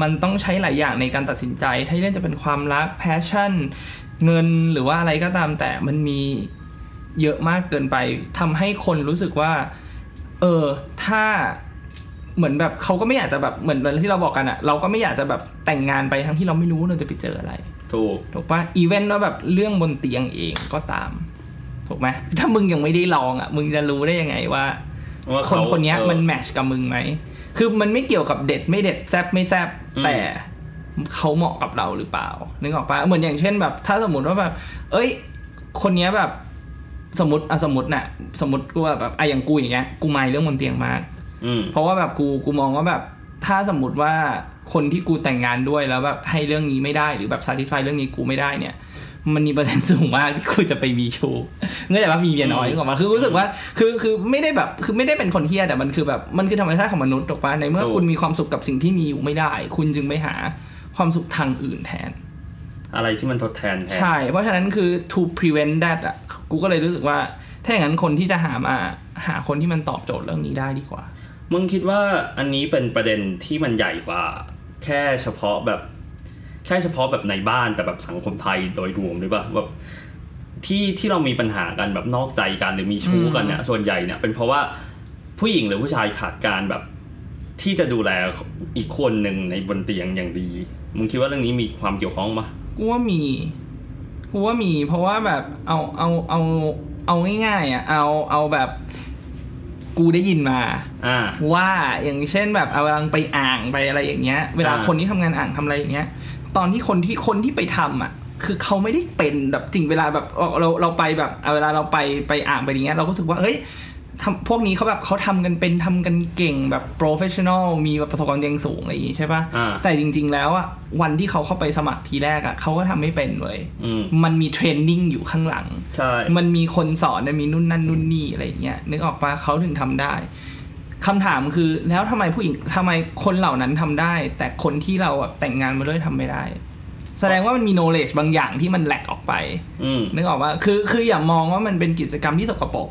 มันต้องใช้หลายอย่างในการตัดสินใจ ถ้าเรื่องจะเป็นความรักแพชชั่น เงินหรือว่าอะไรก็ตามแต่มันมีเยอะมากเกินไปทำให้คนรู้สึกว่า เออ ถ้าเหมือนแบบเขาก็ไม่อยากจะแบบเหมือนเหมือนที่เราบอกกันอะเราก็ไม่อยากจะแบบแต่งงานไปทั้งที่เราไม่รู้ว่าเราจะไปเจออะไร ถูก ถูกปะอีเวนต์ว่าแบบเรื่องบนเตียงเองก็ตาม ถูกไหมถ้ามึงยังไม่ได้ลองอ่ะ มึงจะรู้ได้ยังไงว่า ว่า คน เขา คนเนี้ย เออ มันแมทชกับมึงไหม คือมันไม่เกี่ยวกับเด็ดไม่เด็ดแซบไม่แซบ อืม แต่เขาเหมาะกับเราหรือเปล่า นึกออกปะเหมือนอย่างเช่นแบบ ถ้าสมมติว่าแบบ เอ้ย คนเนี้ยแบบสมมติอ่ะสมมติน่ะ สมมติกูว่าแบบไอะอย่างกูอย่างเงี้ย กูไม่เรื่องบนเตียงมาก อืม เพราะว่าแบบกูกูมองว่าแบบถ้าสมมติว่าคนที่กูแต่งงานด้วยแล้วแบบให้เรื่องนี้ไม่ได้หรือแบบ satisfy เรื่องนี้กูไม่ได้เนี่ย มันมีเปอร์เซ็นต์สูงมากที่ กูจะไปมีชู้เนื่องจากว่ามีเมียน้อย อืม นึกออกมาคือรู้สึกว่าคือคือไม่ได้แบบคือไม่ได้เป็นคนเฮี้ยแต่มันคือแบบมันคือธรรมชาติของมนุษย์ถูกปะในเมื่อคุณมีความสุขกับสิ่งที่มีอยู่ไม่ได้ คุณจึงไปหาความสุขทางอื่นแทน อะไรที่มันทดแทนแทน ใช่ เพราะฉะนั้นคือ to prevent that อ่ะกูก็เลยรู้สึกว่า ถ้าอย่างนั้นคนที่จะหามาหาคนที่มันตอบโจทย์เรื่องนี้ได้ดีกว่า มึงคิดว่าอันนี้เป็นประเด็นที่มันใหญ่กว่า แค่เฉพาะแบบ แค่เฉพาะแบบในบ้านแต่แบบสังคมไทยโดยรวมหรือเปล่าแบบที่ที่เรามีปัญหากันแบบนอกใจกันหรือมีชู้กันเนี่ยส่วนใหญ่เนี่ยเป็นเพราะว่าผู้หญิงหรือผู้ชายขาดการแบบ ที่จะดูแลอีกคนหนึ่งในบนเตียงอย่างดี มึงคิดว่าเรื่องนี้มีความเกี่ยวข้องปะ กูว่ามี กูว่ามี เพราะว่าแบบเอาเอาเอาเอาง่ายๆอ่ะ เอาเอาแบบกูได้ยินมา อ่า ว่าอย่างเช่นแบบเอาลังไปอ่างไปอะไรอย่างเงี้ย เวลา อ่า คนที่ทำงานอ่างทำอะไรอย่างเงี้ย ตอนที่คนที่คนที่ไปทำอ่ะ คือเขาไม่ได้เป็นแบบจริงเวลาแบบเราเราเราไปแบบเอาเวลาเราไปไปอ่างไปอย่างเงี้ยเราก็รู้สึกว่าเฮ้ยทำพวกนี้เขาแบบเขาทำกันเป็นทำกันเก่งแบบโปรเฟชชั่นอลมีแบบประสบการณ์เรียนสูงอะไรอย่างงี้ใช่ปะ อ่า ่ะแต่จริง ๆ แล้วอ่ะวันที่เขาเข้าไปสมัครทีแรกอ่ะเขาก็ทำไม่เป็นเลย อืม มันมีเทรนนิ่งอยู่ข้างหลัง ใช่ มันมีคนสอนนะมีนู่นนั่นนู่นนี่อะไรอย่างเงี้ยนึกออกปะเขาถึงทำได้คำถามคือแล้วทำไมผู้หญิงทำไมคนเหล่านั้นทำได้ แต่คนที่เราอะแต่งงานมาด้วยทำไม่ได้ แสดงว่ามันมีโนเลจบางอย่างที่มันแหลกออกไป อืม นึกออกว่าคือคืออย่ามองว่ามันเป็นกิจกรรมที่สกปรก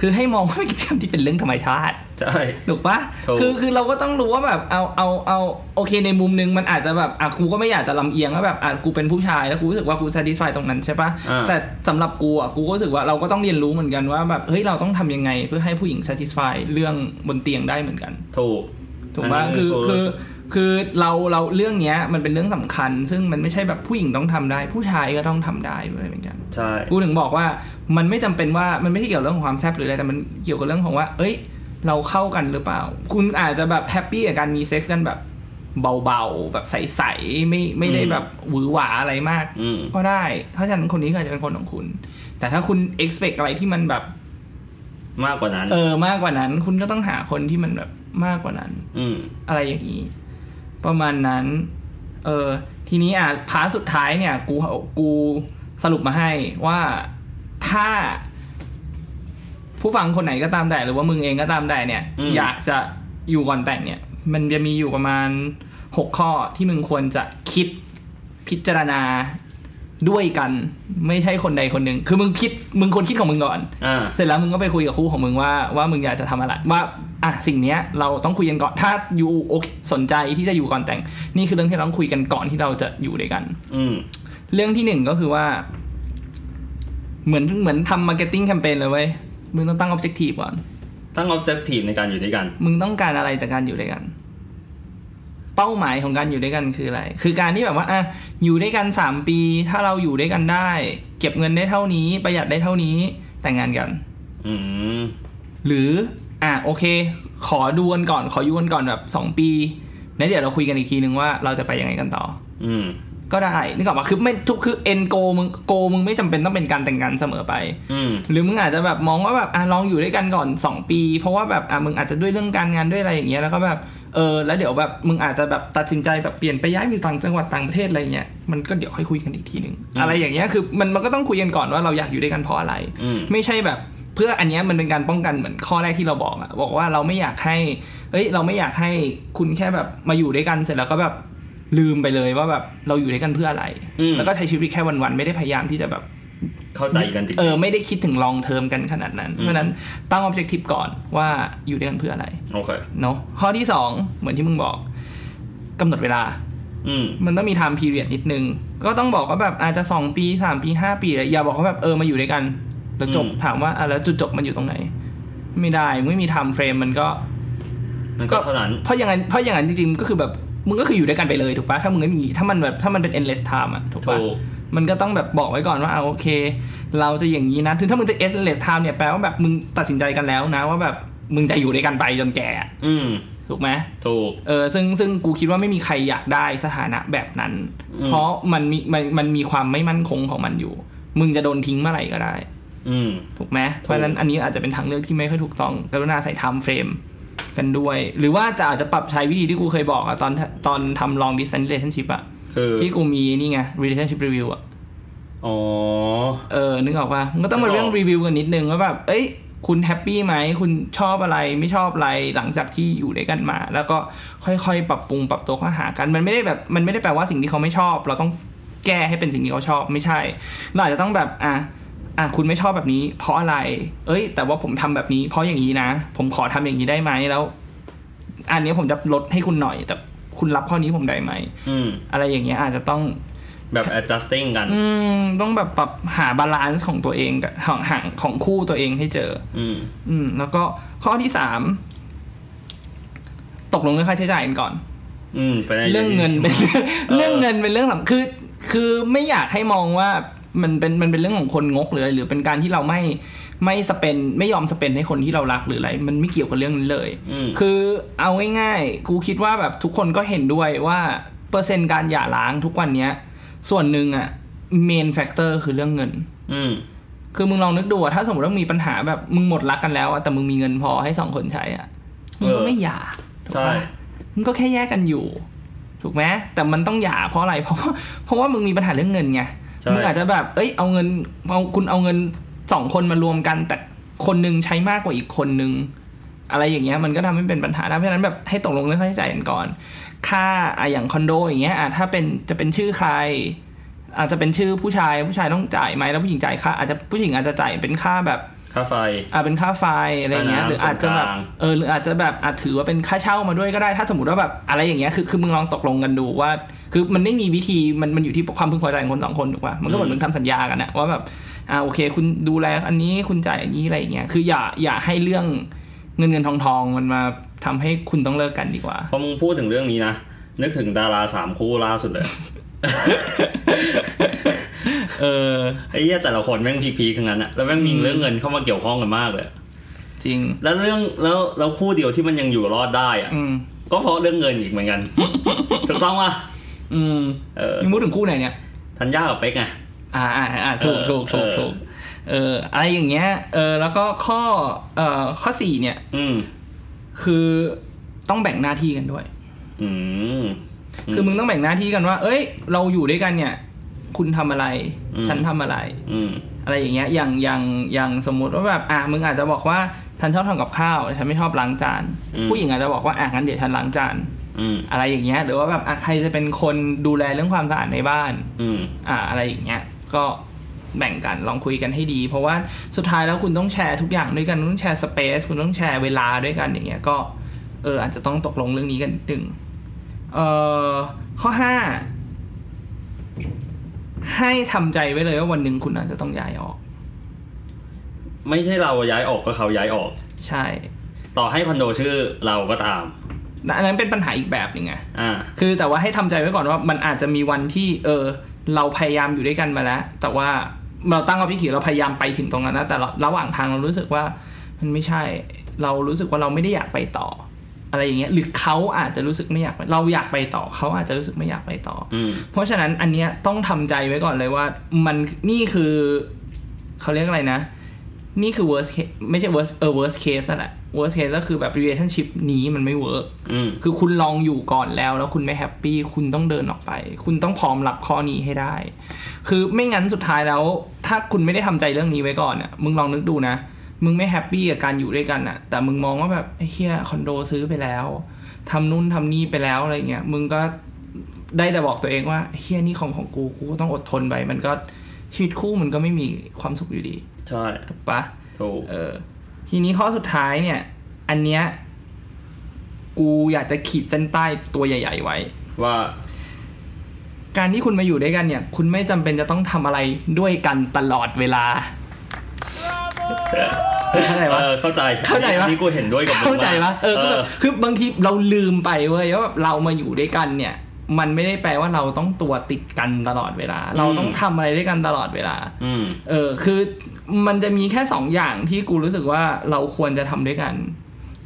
คือให้มองว่าเป็นกิจกรรมที่เป็นเรื่องธรรมชาติ ใช่ ถูกปะ ถูก คือคือเราก็ต้องรู้ว่าแบบเอาเอาเอาโอเคในมุมนึงมันอาจจะแบบอ่ะกูก็ไม่อยากจะลำเอียงว่าแบบอ่ะกูเป็นผู้ชายแล้วกูรู้สึกว่ากู satisfy ตรงนั้นใช่ปะ อ่า แต่สำหรับกูอ่ะกูก็รู้สึกว่าเราก็ต้องเรียนรู้เหมือนกันว่าแบบเฮ้ยเราต้องทำยังไงเพื่อให้ผู้หญิง satisfy เรื่องบนเตียงได้เหมือนกัน ถูก ถูกปะ อันนี้ คือ กูรู้ คือ สึก คือเราเราเรื่องเนี้ยมันเป็นเรื่องสำคัญ ซึ่งมันไม่ใช่แบบผู้หญิงต้องทำได้ ผู้ชายก็ต้องทำได้ด้วยเหมือนกัน ใช่ กูถึงบอกว่ามันไม่จำเป็นว่ามันไม่ใช่เกี่ยวกับเรื่องของความแซ่บหรืออะไรแต่มันเกี่ยวกับเรื่องของว่า เอ้ย เราเข้ากันหรือเปล่า คุณอาจจะแบบแฮปปี้กับการมีเซ็กซ์กันแบบเบาๆ แบบใสๆไม่ไม่ได้ อืม แบบหวือหวาอะไรมาก อืม ก็ได้เพราะฉะนั้นคนนี้ก็อาจจะเป็นคนของคุณ แต่ถ้าคุณ expect อะไรที่มันแบบ มากกว่านั้น เออมากกว่านั้น คุณก็ต้องหาคนที่มันแบบมากกว่านั้น อืม อะไรอย่างนี้ ประมาณนั้น เออทีนี้อ่ะพาร์ทสุดท้ายเนี่ย กูกูสรุปมาให้ว่าถ้า ผู้ฟังคนไหนก็ตามแต่หรือว่ามึงเองก็ตามแต่เนี่ย อืม อยากจะอยู่ก่อนแต่งเนี่ย มันจะมีอยู่ประมาณหกข้อที่มึงควรจะคิดพิจารณาด้วยกัน ไม่ใช่คนใดคนหนึ่งคือมึงคิดมึงควรคิดของมึงก่อน อ่า เสร็จแล้วมึงก็ไปคุยกับคู่ของมึงว่าว่ามึงอยากจะทำอะไรว่าอ่ะสิ่งเนี้ยเราต้องคุยกันก่อนถ้าอยู่โอเคสนใจที่จะอยู่ก่อนแต่ง นี่คือเรื่องที่เราต้องคุยกันก่อนที่เราจะอยู่ด้วยกัน อืม เรื่องที่หนึ่งก็คือว่า เหมือนเหมือนทำมาร์เก็ตติ้งแคมเปญเลยเว้ยมึงต้องตั้ง objective ก่อน ตั้ง objective ในการอยู่ด้วยกัน มึงต้องการอะไรจากการอยู่ด้วยกัน เป้าหมายของการอยู่ด้วยกันคืออะไร คือการที่แบบว่าอ่ะอยู่ด้วยกันสามปี ถ้าเราอยู่ด้วยกันได้ เก็บเงินได้เท่านี้ประหยัดได้เท่านี้แต่งงานกัน อืม หรืออ่ะโอเค ขอดูกันก่อน ขออยู่กันก่อนแบบสองปีแล้วเดี๋ยวเราคุยกันอีกทีนึงว่าเราจะไปยังไงกันต่อ อืม ก็ได้นึกออกปะคือไม่ทุกคือเอ็นโกมึงโกมึงไม่จำเป็นต้องเป็นการแต่งงานเสมอไป อืม หรือมึงอาจจะแบบมองว่าแบบอ่ะลองอยู่ด้วยกันก่อน 2 ปี เพราะว่าแบบอ่ะมึงอาจจะด้วยเรื่องการงานด้วยอะไรอย่างเงี้ยแล้วก็แบบเออแล้วเดี๋ยวแบบมึงอาจจะแบบตัดสินใจแบบเปลี่ยนไปย้ายไปอยู่ต่างจังหวัดต่างประเทศอะไรเงี้ยมันก็เดี๋ยวค่อยคุยกันอีกทีนึง อืม อะไรอย่างเงี้ยคือมันมันก็ต้องคุยกันก่อนว่าเราอยากอยู่ด้วยกันเพราะอะไร อืม ไม่ใช่แบบเพื่ออันเนี้ยมันเป็นการป้องกันเหมือนข้อแรกที่เราบอกอะบอกว่าเราไม่อยากให้ เอ้ย เราไม่อยากให้คุณแค่แบบมาอยู่ด้วยกันเสร็จแล้วก็แบบลืมไปเลยว่าแบบเราอยู่ด้วยกันเพื่ออะไร อืม แล้วก็ใช้ชีวิตแค่วันๆไม่ได้พยายามที่จะแบบ เข้าใจกันจริง เออไม่ได้คิดถึงลองเทอมกันขนาดนั้น อืม เพราะฉะนั้นตั้ง objective ก่อนว่าอยู่ด้วยกันเพื่ออะไร โอเค เนาะข้อที่สองเหมือนที่มึงบอกกำหนดเวลา อืม มันต้องมี time period นิดนึง ก็ต้องบอกว่าแบบอาจจะ 2 ปี 3 ปี 5 ปีอย่าบอกว่าแบบเออมาอยู่ด้วยกัน แล้วจบ อืม ถามว่าอ่ะแล้วจุดจบมันอยู่ตรงไหน ไม่ได้มึงไม่มี time frame มันก็ มันก็เท่านั้น เพราะอย่างนั้นเพราะอย่างนั้นจริงๆก็คือแบบมึงก็คืออยู่ด้วยกันไปเลยถูกปะถ้ามึงไม่มีถ้ามันแบบถ้ามันเป็น endless time อะถูกปะ ถูก มันก็ต้องแบบบอกไว้ก่อนว่าอ่ะโอเค เราจะอย่างนี้นะถึงถ้ามึงจะ endless time เนี่ยแปลว่าแบบมึงตัดสินใจกันแล้วนะว่าแบบมึงจะอยู่ด้วยกันไปจนแก่อะ อืม ถูกไหม ถูก เออซึ่งซึ่งกูคิดว่าไม่มีใครอยากได้สถานะแบบนั้น อืม เพราะมันมีมันมันมีความไม่มั่นคงของมันอยู่ มึงจะโดนทิ้งเมื่อไหร่ก็ได้ อืม ถูกไหมเพราะฉะนั้นอันนี้อาจจะเป็นทางเลือกที่ไม่ค่อยถูกต้องกรุณาใส่ไทม์เฟรมกันด้วย หรือว่าจะอาจจะปรับใช้วิธีที่กูเคยบอกอะตอนตอนทำลอง distance relationship อะ คือ ที่กูมีนี่ไง relationship review อะ อ๋อ เออนึกออกปะมันก็ต้องมาเรื่อง นึกออก รีวิวกันนิดนึงว่าแบบเอ้ย คุณแฮปปี้ไหมคุณชอบอะไรไม่ชอบอะไรหลังจากที่อยู่ด้วยกันมา แล้วก็ค่อยๆ ปรับปรุงปรับตัวเข้าหากันมันไม่ได้แบบมันไม่ได้แปลว่าสิ่งที่เขาไม่ชอบ เราต้องแก้ให้เป็นสิ่งที่เขาชอบไม่ใช่เราอาจจะต้องแบบอ่ะอ่ะคุณไม่ชอบแบบนี้ เพราะอะไร เอ้ย แต่ว่าผมทำแบบนี้ เพราะอย่างนี้นะ ผมขอทำอย่างนี้ได้ไหมแล้ว อันเนี้ยผมจะลดให้คุณหน่อย แต่คุณรับข้อนี้ผมได้ไหม อืม อะไรอย่างเงี้ยอาจจะต้อง แบบ adjusting กัน อืมต้องแบบปรับหาบาลานซ์ของตัวเองกับห่างห่างของคู่ตัวเองให้เจอ อืม อืม แล้วก็ข้อที่สามตกลงเรื่องค่าใช้จ่ายกันก่อน อืม ไปได้ เรื่องเงินเป็น เรื่องเงินเป็นเรื่องสำคือ คือไม่อยากให้มองว่ามันเป็นมันเป็นเรื่องของคนงกหรืออะไรหรือเป็นการที่เราไม่ไม่สเปนไม่ยอมสเปนให้คนที่เรารักหรืออะไร มันไม่เกี่ยวกับเรื่องนั้นเลย อืม คือเอาง่ายๆ กูคิดว่าแบบทุกคนก็เห็นด้วยว่าเปอร์เซ็นต์การหย่าร้างทุกวันเนี้ย ส่วนหนึ่งอะ เมนแฟกเตอร์คือเรื่องเงิน อืม คือมึงลองนึกดูอะถ้าสมมติว่ามีปัญหาแบบมึงหมดรักกันแล้วอะแต่มึงมีเงินพอให้สองคนใช้อะมึงก็ เออ ไม่หย่าถูก ใช่ ปะมึงก็แค่แยกกันอยู่ ถูกไหมแต่มันต้องหย่าเพราะอะไร เพราะว่าเพราะว่ามึงมีปัญหาเรื่องเงินไง ใช่ มึงอาจจะแบบ เอ้ยเอาเงินเอาคุณเอาเงินสองคนมารวมกัน แต่คนหนึงใช้มากกว่าอีกคนนึง อะไรอย่างเงี้ยมันก็ทำให้เป็นปัญหาได้เพราะฉะนั้นแบบให้ตกลงเรื่องค่าใช้จ่ายกันก่อน ค่าอะอย่างคอนโดอย่างเงี้ยอะถ้าเป็นจะเป็นชื่อใคร อาจจะเป็นชื่อผู้ชายผู้ชายต้องจ่ายไหมแล้วผู้หญิงจ่ายค่าอาจจะผู้หญิงอาจจะจ่ายเป็นค่าแบบ ค่าไฟ อ่าเป็นค่าไฟอะไรเงี้ย ค่าหน้ำรืออาจจะแบบ ส่วนกลาง เออหรืออาจจะแบบอาจถือว่าเป็นค่าเช่ามาด้วยก็ได้ ถ้าสมมติว่าแบบอะไรอย่างเงี้ยคือคือมึงลองตกลงกันดูว่า คือมันไม่มีวิธีมันมันอยู่ที่ความพึงพอใจของคนสองคนถูกป่ะมันก็เหมือนมึงทำสัญญากันอะว่าแบบอ่าโอเค คุณดูแลอันนี้คุณจ่ายอันนี้อะไรอย่างเงี้ยคืออย่าอย่าให้เรื่องเงินเงินทองทองมันมาทำให้คุณต้องเลิกกันดีกว่า พอมึงพูดถึงเรื่องนี้นะ นึกถึงดาราสามคู่ล่าสุดเลย เออ ไอ้เหี้ยแต่ละคนแม่งพีคๆทั้งนั้นอะแล้วแม่งมีเรื่องเงินเข้ามาเกี่ยวข้องกันมากเลย จริง แล้วเรื่องแล้วแล้วคู่เดียวที่มันยังอยู่รอดได้อะ อืม ก็เพราะเรื่องเงินอีกเห มือนกัน ถูกต้องป่ะ อืม เออ นี่มูดถึงคู่ไหนเนี่ย ธัญญากับเป๊กไง อ่าอ่าอ่าถูก เออ ถูกถูก เออ ถูกเอออะไรอย่างเงี้ยเออแล้วก็ข้อเอ่อข้อสี่เนี่ย อืม คือต้องแบ่งหน้าที่กันด้วย อืม คือมึงต้องแบ่งหน้าที่กันว่า เอ้ย เราอยู่ด้วยกันเนี่ย คุณทำอะไร อืม ฉันทำอะไร อืม อะไรอย่างเงี้ยอย่างอย่างอย่างสมมุติว่าแบบอ่ะมึงอาจจะบอกว่าฉันชอบทำกับข้าวแต่ฉันไม่ชอบล้างจาน อืม ผู้หญิงอาจจะบอกว่าอ่ะงั้นเดี๋ยวฉันล้างจาน อืม อะไรอย่างเงี้ยหรือว่าแบบอ่ะใครจะเป็นคนดูแลเรื่องความสะอาดในบ้าน อืม อ่าอะไรอย่างเงี้ยก็แบ่งกันลองคุยกันให้ดี เพราะว่าสุดท้ายแล้วคุณต้องแชร์ทุกอย่างด้วยกันคุณต้องแชร์สเปซคุณต้องแชร์เวลาด้วยกันอย่างเงี้ยก็เอออาจจะต้องตกลงเรื่องนี้กันนิดนึงเอ่อข้อห้าให้ทำใจไว้เลยว่าวันหนึ่งคุณอาจจะต้องย้ายออก ไม่ใช่เราย้ายออกก็เขาย้ายออก ใช่ ต่อให้คอนโดชื่อเราก็ตาม แต่อันนั้นเป็นปัญหาอีกแบบหนึงไง อ่า คือแต่ว่าให้ทำใจไว้ก่อนว่ามันอาจจะมีวันที่ เออ เราพยายามอยู่ด้วยกันมาแล้ว แต่ว่าเราตั้งเอาพิถีเราพยายามไปถึงตรงนั้นนะแต่เราระหว่างทางเรารู้สึกว่า มันไม่ใช่เรารู้สึกว่าเราไม่ได้อยากไปต่อ อะไรอย่างเงี้ยหรือเขาอาจจะรู้สึกไม่อยากไปเราอยากไปต่อเขาอาจจะรู้สึกไม่อยากไปต่อ อืม เพราะฉะนั้นอันเนี้ยต้องทำใจไว้ก่อนเลยว่ามันนี่คือเขาเรียกอะไรนะ นี่คือ worst case ไม่ใช่ worst เออ worst case นั่นแหละ worst case ก็คือแบบ relationship นี้มันไม่ work อืม คือคุณลองอยู่ก่อนแล้ว แล้วคุณไม่แฮปปี้คุณต้องเดินออกไป คุณต้องพร้อมรับข้อนี้ให้ได้ คือไม่งั้นสุดท้ายแล้ว ถ้าคุณไม่ได้ทำใจเรื่องนี้ไว้ก่อนเนี่ยมึงลองนึกดูนะ มึงไม่แฮปปี้กับการอยู่ด้วยกันอะแต่มึงมองว่าแบบไอ้เฮียคอนโดซื้อไปแล้วทำนู่นทำนี่ไปแล้วอะไรเงี้ยมึงก็ได้แต่บอกตัวเองว่าเฮียนี่ของของกูกูก็ต้องอดทนไปมันก็ชีวิตคู่มันก็ไม่มีความสุขอยู่ดี ใช่ ถูกปะ ถูก เออทีนี้ข้อสุดท้ายเนี่ย อันเนี้ยกูอยากจะขีดเส้นใต้ตัวใหญ่ ๆ ไว้ ว่า การที่คุณมาอยู่ด้วยกันเนี่ย คุณไม่จำเป็นจะต้องทำอะไรด้วยกันตลอดเวลาเข้าใจปะ เออเข้าใจ เข้าใจปะ อันนี่กูเห็นด้วยกับมึง เข้าใจปะเออ เอ คือแบ อ บคือบางทีเราลืมไปเว้ยว่าแบบเรามาอยู่ด้วยกันเนี่ย มันไม่ได้แปลว่าเราต้องตัวติดกันตลอดเวลา เราต้อง อืม ทำอะไรด้วยกันตลอดเวลา อืม เออคือมันจะมีแค่สองอย่างที่กูรู้สึกว่าเราควรจะทำด้วยกัน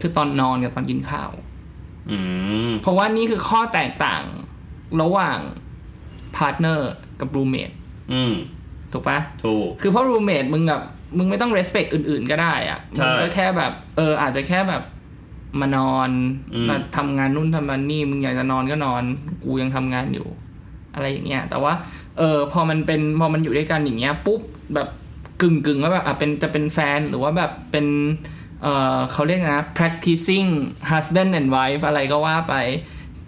คือตอนนอนกับตอนกินข้าว อืม เพราะว่านี่คือข้อแตกต่างระหว่างพาร์ทเนอร์กับรูเมท อืม ถูกปะ ถูก คือเพราะรูเมทมึงกับมึงไม่ต้อง respect อื่นๆก็ได้อะ ใช่ มึงก็แค่แบบเอออาจจะแค่แบบมานอน อืม มาทำงานนู่นทำงานนี่มึงอยากจะนอนก็นอน กูยังทำงานอยู่ อะไรอย่างเงี้ย แต่ว่า เออพอมันเป็นพอมันอยู่ด้วยกันอย่างเงี้ยปุ๊บแบบกึ่งกึ่งๆว่าแบบอ่ะเป็นจะเป็นแฟนหรือว่าแบบเป็นเออเขาเรียกนะ practicing husband and wife อะไรก็ว่าไป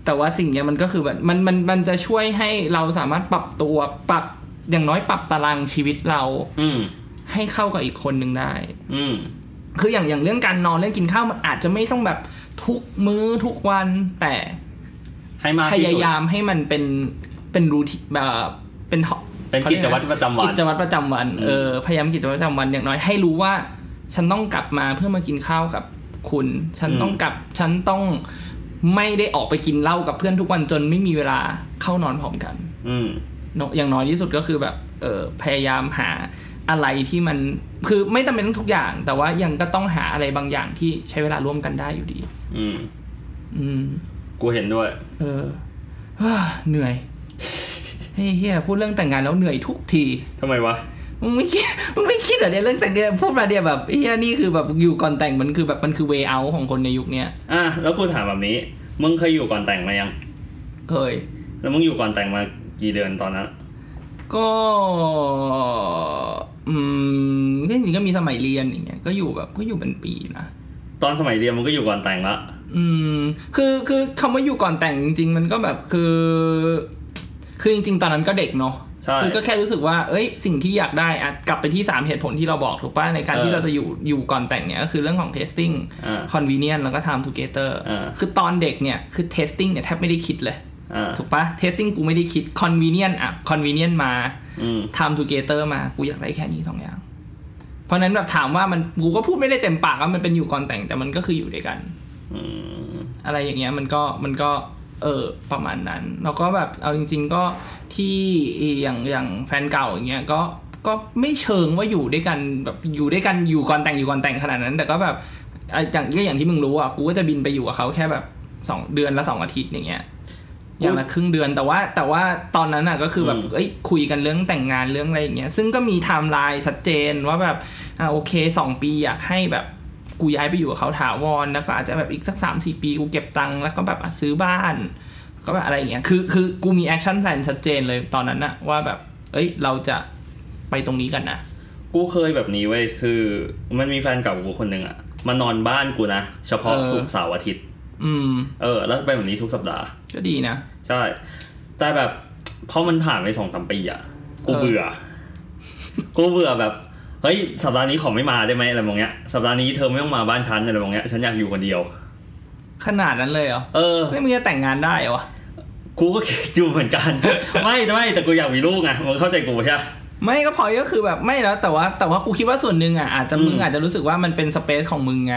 แต่ว่าสิ่งเนี้ยมันก็คือแบบมันมันมันจะช่วยให้เราสามารถปรับตัวปรับอย่างน้อยปรับตารางชีวิตเรา อืม ให้เข้ากับอีกคนหนึ่งได้ อืม คืออย่างอย่างเรื่องการนอนเรื่องกินข้าวมันอาจจะไม่ต้องแบบทุกมื้อทุกวันแต่ ให้มาก พ ที่ ยา สุด ยามให้มันเป็นเป็นรูทีแบบเป็นห เป็นกิจวัตรประจำวัน กิจวัตรประจำวันเออพยายามกิจวัตรประจำวันอย่างน้อยให้รู้ว่า ฉันต้องกลับมาเพื่อมากินข้าวกับคุณ ฉัน อืม ต้องกลับ ฉันต้องไม่ได้ออกไปกินเหล้ากับเพื่อนทุกวันจนไม่มีเวลาเข้านอนพร้อมกัน อืม เนอะอย่างน้อยที่สุดก็คือแบบเออพยายามหาอะไรที่มันคือไม่จำเป็นต้องทุกอย่าง แต่ว่ายังก็ต้องหาอะไรบางอย่างที่ใช้เวลาร่วมกันได้อยู่ดี อืม อืม กูเห็นด้วย เออเฮ้อเหนื่อย เฮยเหียพูดเรื่องแต่งงานแล้วเหนื่อยทุกที ทำไมวะ มึงไม่คิดมึงไม่คิดเหรอเนี่ยเรื่องแต่งงานพูดมาเนี่ยแบบเฮียนี่คือแบบอยู่ก่อนแต่งมันคือแบบมันคือเวเอาของคนในยุคเนี้ย อ่ะแล้วกูถามแบบนี้ มึงเคยอยู่ก่อนแต่งมายัง เคย แล้วมึงอยู่ก่อนแต่งมากี่เดือนตอนนั้น ก็ อืมก็จริงๆก็มีสมัยเรียนอย่างเงี้ยก็อยู่แบบก็อยู่เป็นปีนะ ตอนสมัยเรียนมึงก็อยู่ก่อนแต่งละ อืมคือคือคำว่าอยู่ก่อนแต่งจริง ๆ มันก็แบบคือ คือจริง ๆ ตอนนั้นก็เด็กเนาะ ใช่ คือก็แค่รู้สึกว่า เอ้ย สิ่งที่อยากได้อะกลับไปที่ 3 เหตุผลที่เราบอกถูกป่ะในการที่ เออ เราจะอยู่อยู่ก่อนแต่งเนี่ยก็คือเรื่องของ testing อ่า convenience แล้วก็ time together เออ คือตอนเด็กเนี่ยคือ testing เนี่ยแทบไม่ได้คิดเลย อ่า ถูกป่ะ testing กูไม่ได้คิด convenience อ่ะ convenience มา อืม time together มากูอยากได้แค่นี้สองอย่าง เพราะฉะนั้นแบบถามว่ามันกูก็พูดไม่ได้เต็มปากว่ามันเป็นอยู่ก่อนแต่งแต่มันก็คืออยู่ด้วยกัน อืม อะไรอย่างเงี้ยมันก็มันก็เออประมาณนั้น แล้วก็แบบเอาจริง ๆก็ที่อย่างอย่างแฟนเก่าอย่างเงี้ยก็ก็ไม่เชิงว่าอยู่ด้วยกันแบบอยู่ด้วยกันอยู่ก่อนแต่งอยู่ก่อนแต่งขนาดนั้น แต่ก็แบบไอ้อย่างก็อย่างที่มึงรู้อ่ะกูก็จะบินไปอยู่กับเขาแค่แบบสองเดือนละสองอาทิตย์อย่างเงี้ยอย่างละครึ่งเดือนแต่ว่าแต่ว่าตอนนั้นอ่ะก็คือแบบ อืม เอ้ยคุยกันเรื่องแต่งงานเรื่องอะไรอย่างเงี้ยซึ่งก็มีไทม์ไลน์ชัดเจนว่าแบบอ่าโอเคสองปีอยากให้แบบ กูย้ายไปอยู่กับเขาถาวรแล้วก็อาจจะแบบอีกสักสามสี่ปีกูเก็บตังค์แล้วก็แบบอ่ะซื้อบ้าน ก็แบบอะไรอย่างเงี้ยคือคือกูมีแอคชั่นแ a นชัดเจนเลยตอนนั้นนะว่าแบบ เอ้ย เราจะไปตรงนี้กันนะ กูเคยแบบนี้เว้ย คือมันมีแฟนเก่ากูคนหนึ่งอะมานอนบ้านกูนะ เฉพาะ เออ ศุกร์เสาร์อาทิตย์ อืม เออ แล้วเป็นแบบนี้ทุกสัปดาห์ ก็ดีนะ ใช่ แต่แบบพอมันผ่านไปสองสามปีอะกู เออ เบื่อ กูเบื่อแบบ เฮ้ย สัปดาห์นี้ขอไม่มาได้ไหมอะไรแบบเนี้ย สัปดาห์นี้เธอไม่ต้องมาบ้านฉันอะไรแบบเนี้ย ฉันอยากอยู่คนเดียว ขนาดนั้นเลยเหรอ เออ ไม่มึงจะแต่งงานได้เหรอวะ กูก็คิดอยู่เหมือนกัน ไม่ไม่แต่กูอยากมีลูกไงมึงเข้าใจกูใช่ปะ ไม่ก็พอยก็คือแบบไม่แล้วแต่ว่าแต่ว่ากูคิดว่าส่วนหนึ่งอ่ะอาจจะ อืม มึงอาจจะรู้สึกว่ามันเป็นสเปซของมึงไง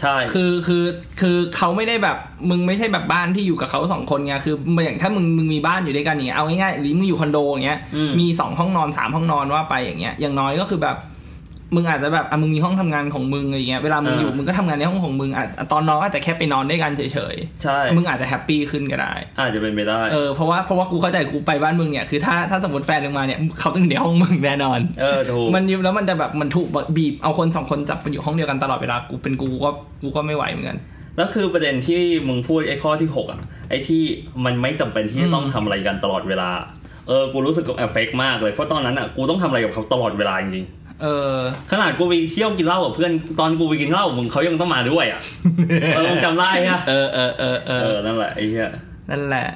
ใช่ คือคือคือเขาไม่ได้แบบมึงไม่ใช่แบบบ้านที่อยู่กับเขาสองคนไงคืออย่างถ้ามึงมึงมีบ้านอยู่ด้วยกันอย่างเงี้ยเอาง่ายๆหรือมึงอยู่คอนโดอย่างเงี้ย อืม มีสองห้องนอนสามห้องนอนว่าไปอย่างเงี้ยอย่างน้อยก็คือแบบมึงอาจจะแบบอ่ะมึงมีห้องทำงานของมึงอะไรอย่างเงี้ยเวลามึงอยู่มึงก็ทำงานในห้องของมึงอ่ะตอนนอนก็อาจจะแค่ไปนอนด้วยกันเฉย ใช่ ๆมึงอาจจะแฮปปี้ขึ้นก็ได้ อาจจะเป็นไปได้ เออเพราะว่าเพราะว่ากูเข้าใจกูไปบ้านมึงเนี่ยคือถ้าถ้าสมมติแฟนมึงมาเนี่ยเขาต้องอยู่ในห้องมึงแน่นอน เออถูก มันยิบแล้วมันจะแบบมันถูกบีบเอาคนสองคนจับมันอยู่ห้องเดียวกันตลอดเวลากูเป็นกูก็กูก็ไม่ไหวเหมือนกัน แล้วคือประเด็นที่มึงพูดไอ้ข้อที่หกอ่ะไอ้ที่มันไม่จำเป็นที่จะต้อง อืม ทำอะไรกันตลอดเวลา เออ กูรู้สึกกับเอฟเฟกมากเลย เพราะตอนนั้นอ่ะกูต้องทำอะไรกับเขาตลอดเวลาจริง เออ ๆขนาดกูไปเที่ยวกินเหล้ากับเพื่อนตอนกูไปกินเหล้ากับมึงเขายังต้องมาด้วยอ่ะ เออมึงจำได้ฮะ เออเออเออเอ เอ อ อนั่นแหละไอ้เหี้ย นั่นแหละ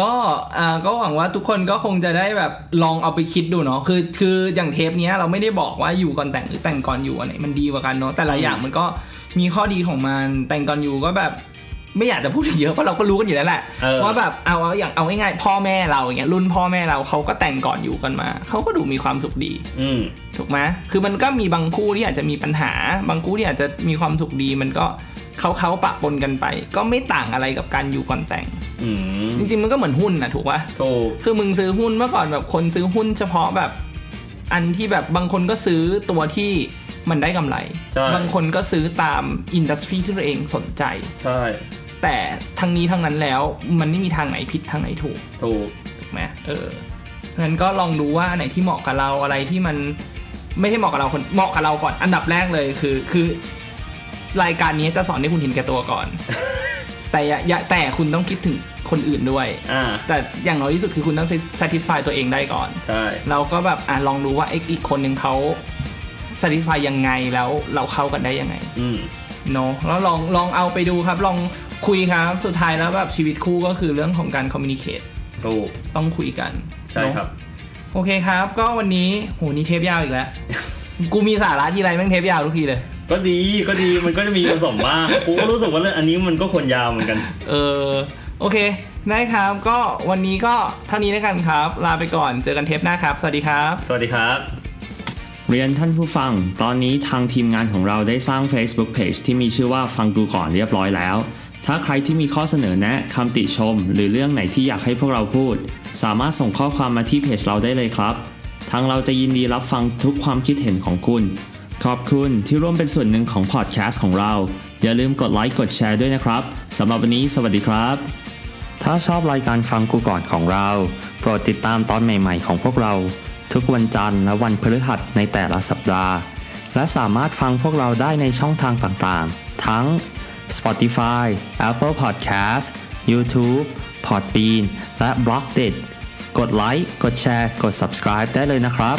ก็อ่าก็หวังว่าทุกคนก็คงจะได้แบบลองเอาไปคิดดูเนาะคือคืออย่างเทปเนี้ยเราไม่ได้บอกว่าอยู่ก่อนแต่งหรือแต่งก่อนอยู่อันไหนมันดีกว่ากันเนาะแต่ละอย่างมันก็มีข้อดีของมันแต่งก่อนอยู่ก็แบบ ไม่อยากจะพูดถึงเยอะเพราะเราก็รู้กันอยู่แล้วแหละ เออ ว่าแบบเอาเอาอย่างเอาง่ายๆพ่อแม่เราอย่างเงี้ยรุ่นพ่อแม่เราเขาก็แต่งก่อนอยู่กันมาเขาก็ดูมีความสุขดี อืม ถูกไหมคือมันก็มีบางคู่ที่อาจจะมีปัญหา บางคู่ที่อาจจะมีความสุขดี มันก็เขาเขาๆปะปนกันไป ก็ไม่ต่างอะไรกับการอยู่ก่อนแต่ง อืม จริงๆ มันก็เหมือนหุ้นนะถูกปะ ถูก คือมึงซื้อหุ้นเมื่อก่อนแบบคนซื้อหุ้นเฉพาะแบบ อันที่แบบบางคนก็ซื้อตัวที่มันได้กำไร ใช่ บางคนก็ซื้อตามอินดัสทรีที่ตัวเองสนใจ ใช่ แต่ทั้งนี้ทั้งนั้นแล้วมันไม่มีทางไหนผิดทางไหนถูก ถูก ถูกไหมเอองั้นก็ลองดูว่าอันไหนที่เหมาะกับเราอะไรที่มันไม่ใช่เหมาะกับเราคนเหมาะกับเราก่อน อันดับแรกเลยคือคือ รายการนี้จะสอนให้คุณเห็นแก่ตัว ก่อน แต่อย่าอย่าแต่คุณต้องคิดถึงคนอื่นด้วย อ่า แต่อย่างน้อยที่สุดคือคุณต้อง satisfy ตัวเองได้ก่อน ใช่ เราก็แบบอ่ะลองดูว่าไอ้อีกคนหนึ่งเขา satisfy ยังไงแล้วเราเข้ากันได้ยังไง อืม เนอะแล้วลองลองเอาไปดูครับ ลองคุยครับสุดท้ายแล้วแบบชีวิตคู่ก็คือเรื่องของการ communicate ถูก ต้องคุยกัน ใช่ เนอะ ครับ โอเคครับ ก็วันนี้โหนี่เทปยาวอีกแล้ว กูมีสาระทีไรแม่งเทปยาวทุกทีเลย ก็ดีก็ดีมันก็จะมีผสมบ้าง กูก็รู้สึกว่าเรื่องอันนี้มันก็ควรยาวเหมือนกัน เออ โอเค ได้ครับ ก็วันนี้ก็เท่านี้แล้วกันครับ ลาไปก่อน เจอกันเทปหน้าครับ สวัสดีครับ สวัสดีครับ เรียนท่านผู้ฟัง ตอนนี้ทางทีมงานของเราได้สร้าง Facebook Page ที่มีชื่อว่าฟังกูก่อนเรียบร้อยแล้ว ถ้าใครที่มีข้อเสนอแนะคำติชม หรือเรื่องไหนที่อยากให้พวกเราพูด สามารถส่งข้อความมาที่เพจเราได้เลยครับ ทางเราจะยินดีรับฟังทุกความคิดเห็นของคุณ ขอบคุณที่ร่วมเป็นส่วนหนึ่งของพอดแคสต์ของเรา อย่าลืมกดไลค์กดแชร์ด้วยนะครับสำหรับวันนี้ สวัสดีครับ ถ้าชอบรายการฟังกูก่อนของเรา โปรดติดตามตอนใหม่ๆของพวกเรา ทุกวันจันทร์และวันพฤหัสในแต่ละสัปดาห์ และสามารถฟังพวกเราได้ในช่องทางต่างๆ ทั้ง Spotify, Apple Podcast, YouTube, Podbean และ b l o c k d i t กดไลค์ กดแชร์ กด subscribe ได้เลยนะครับ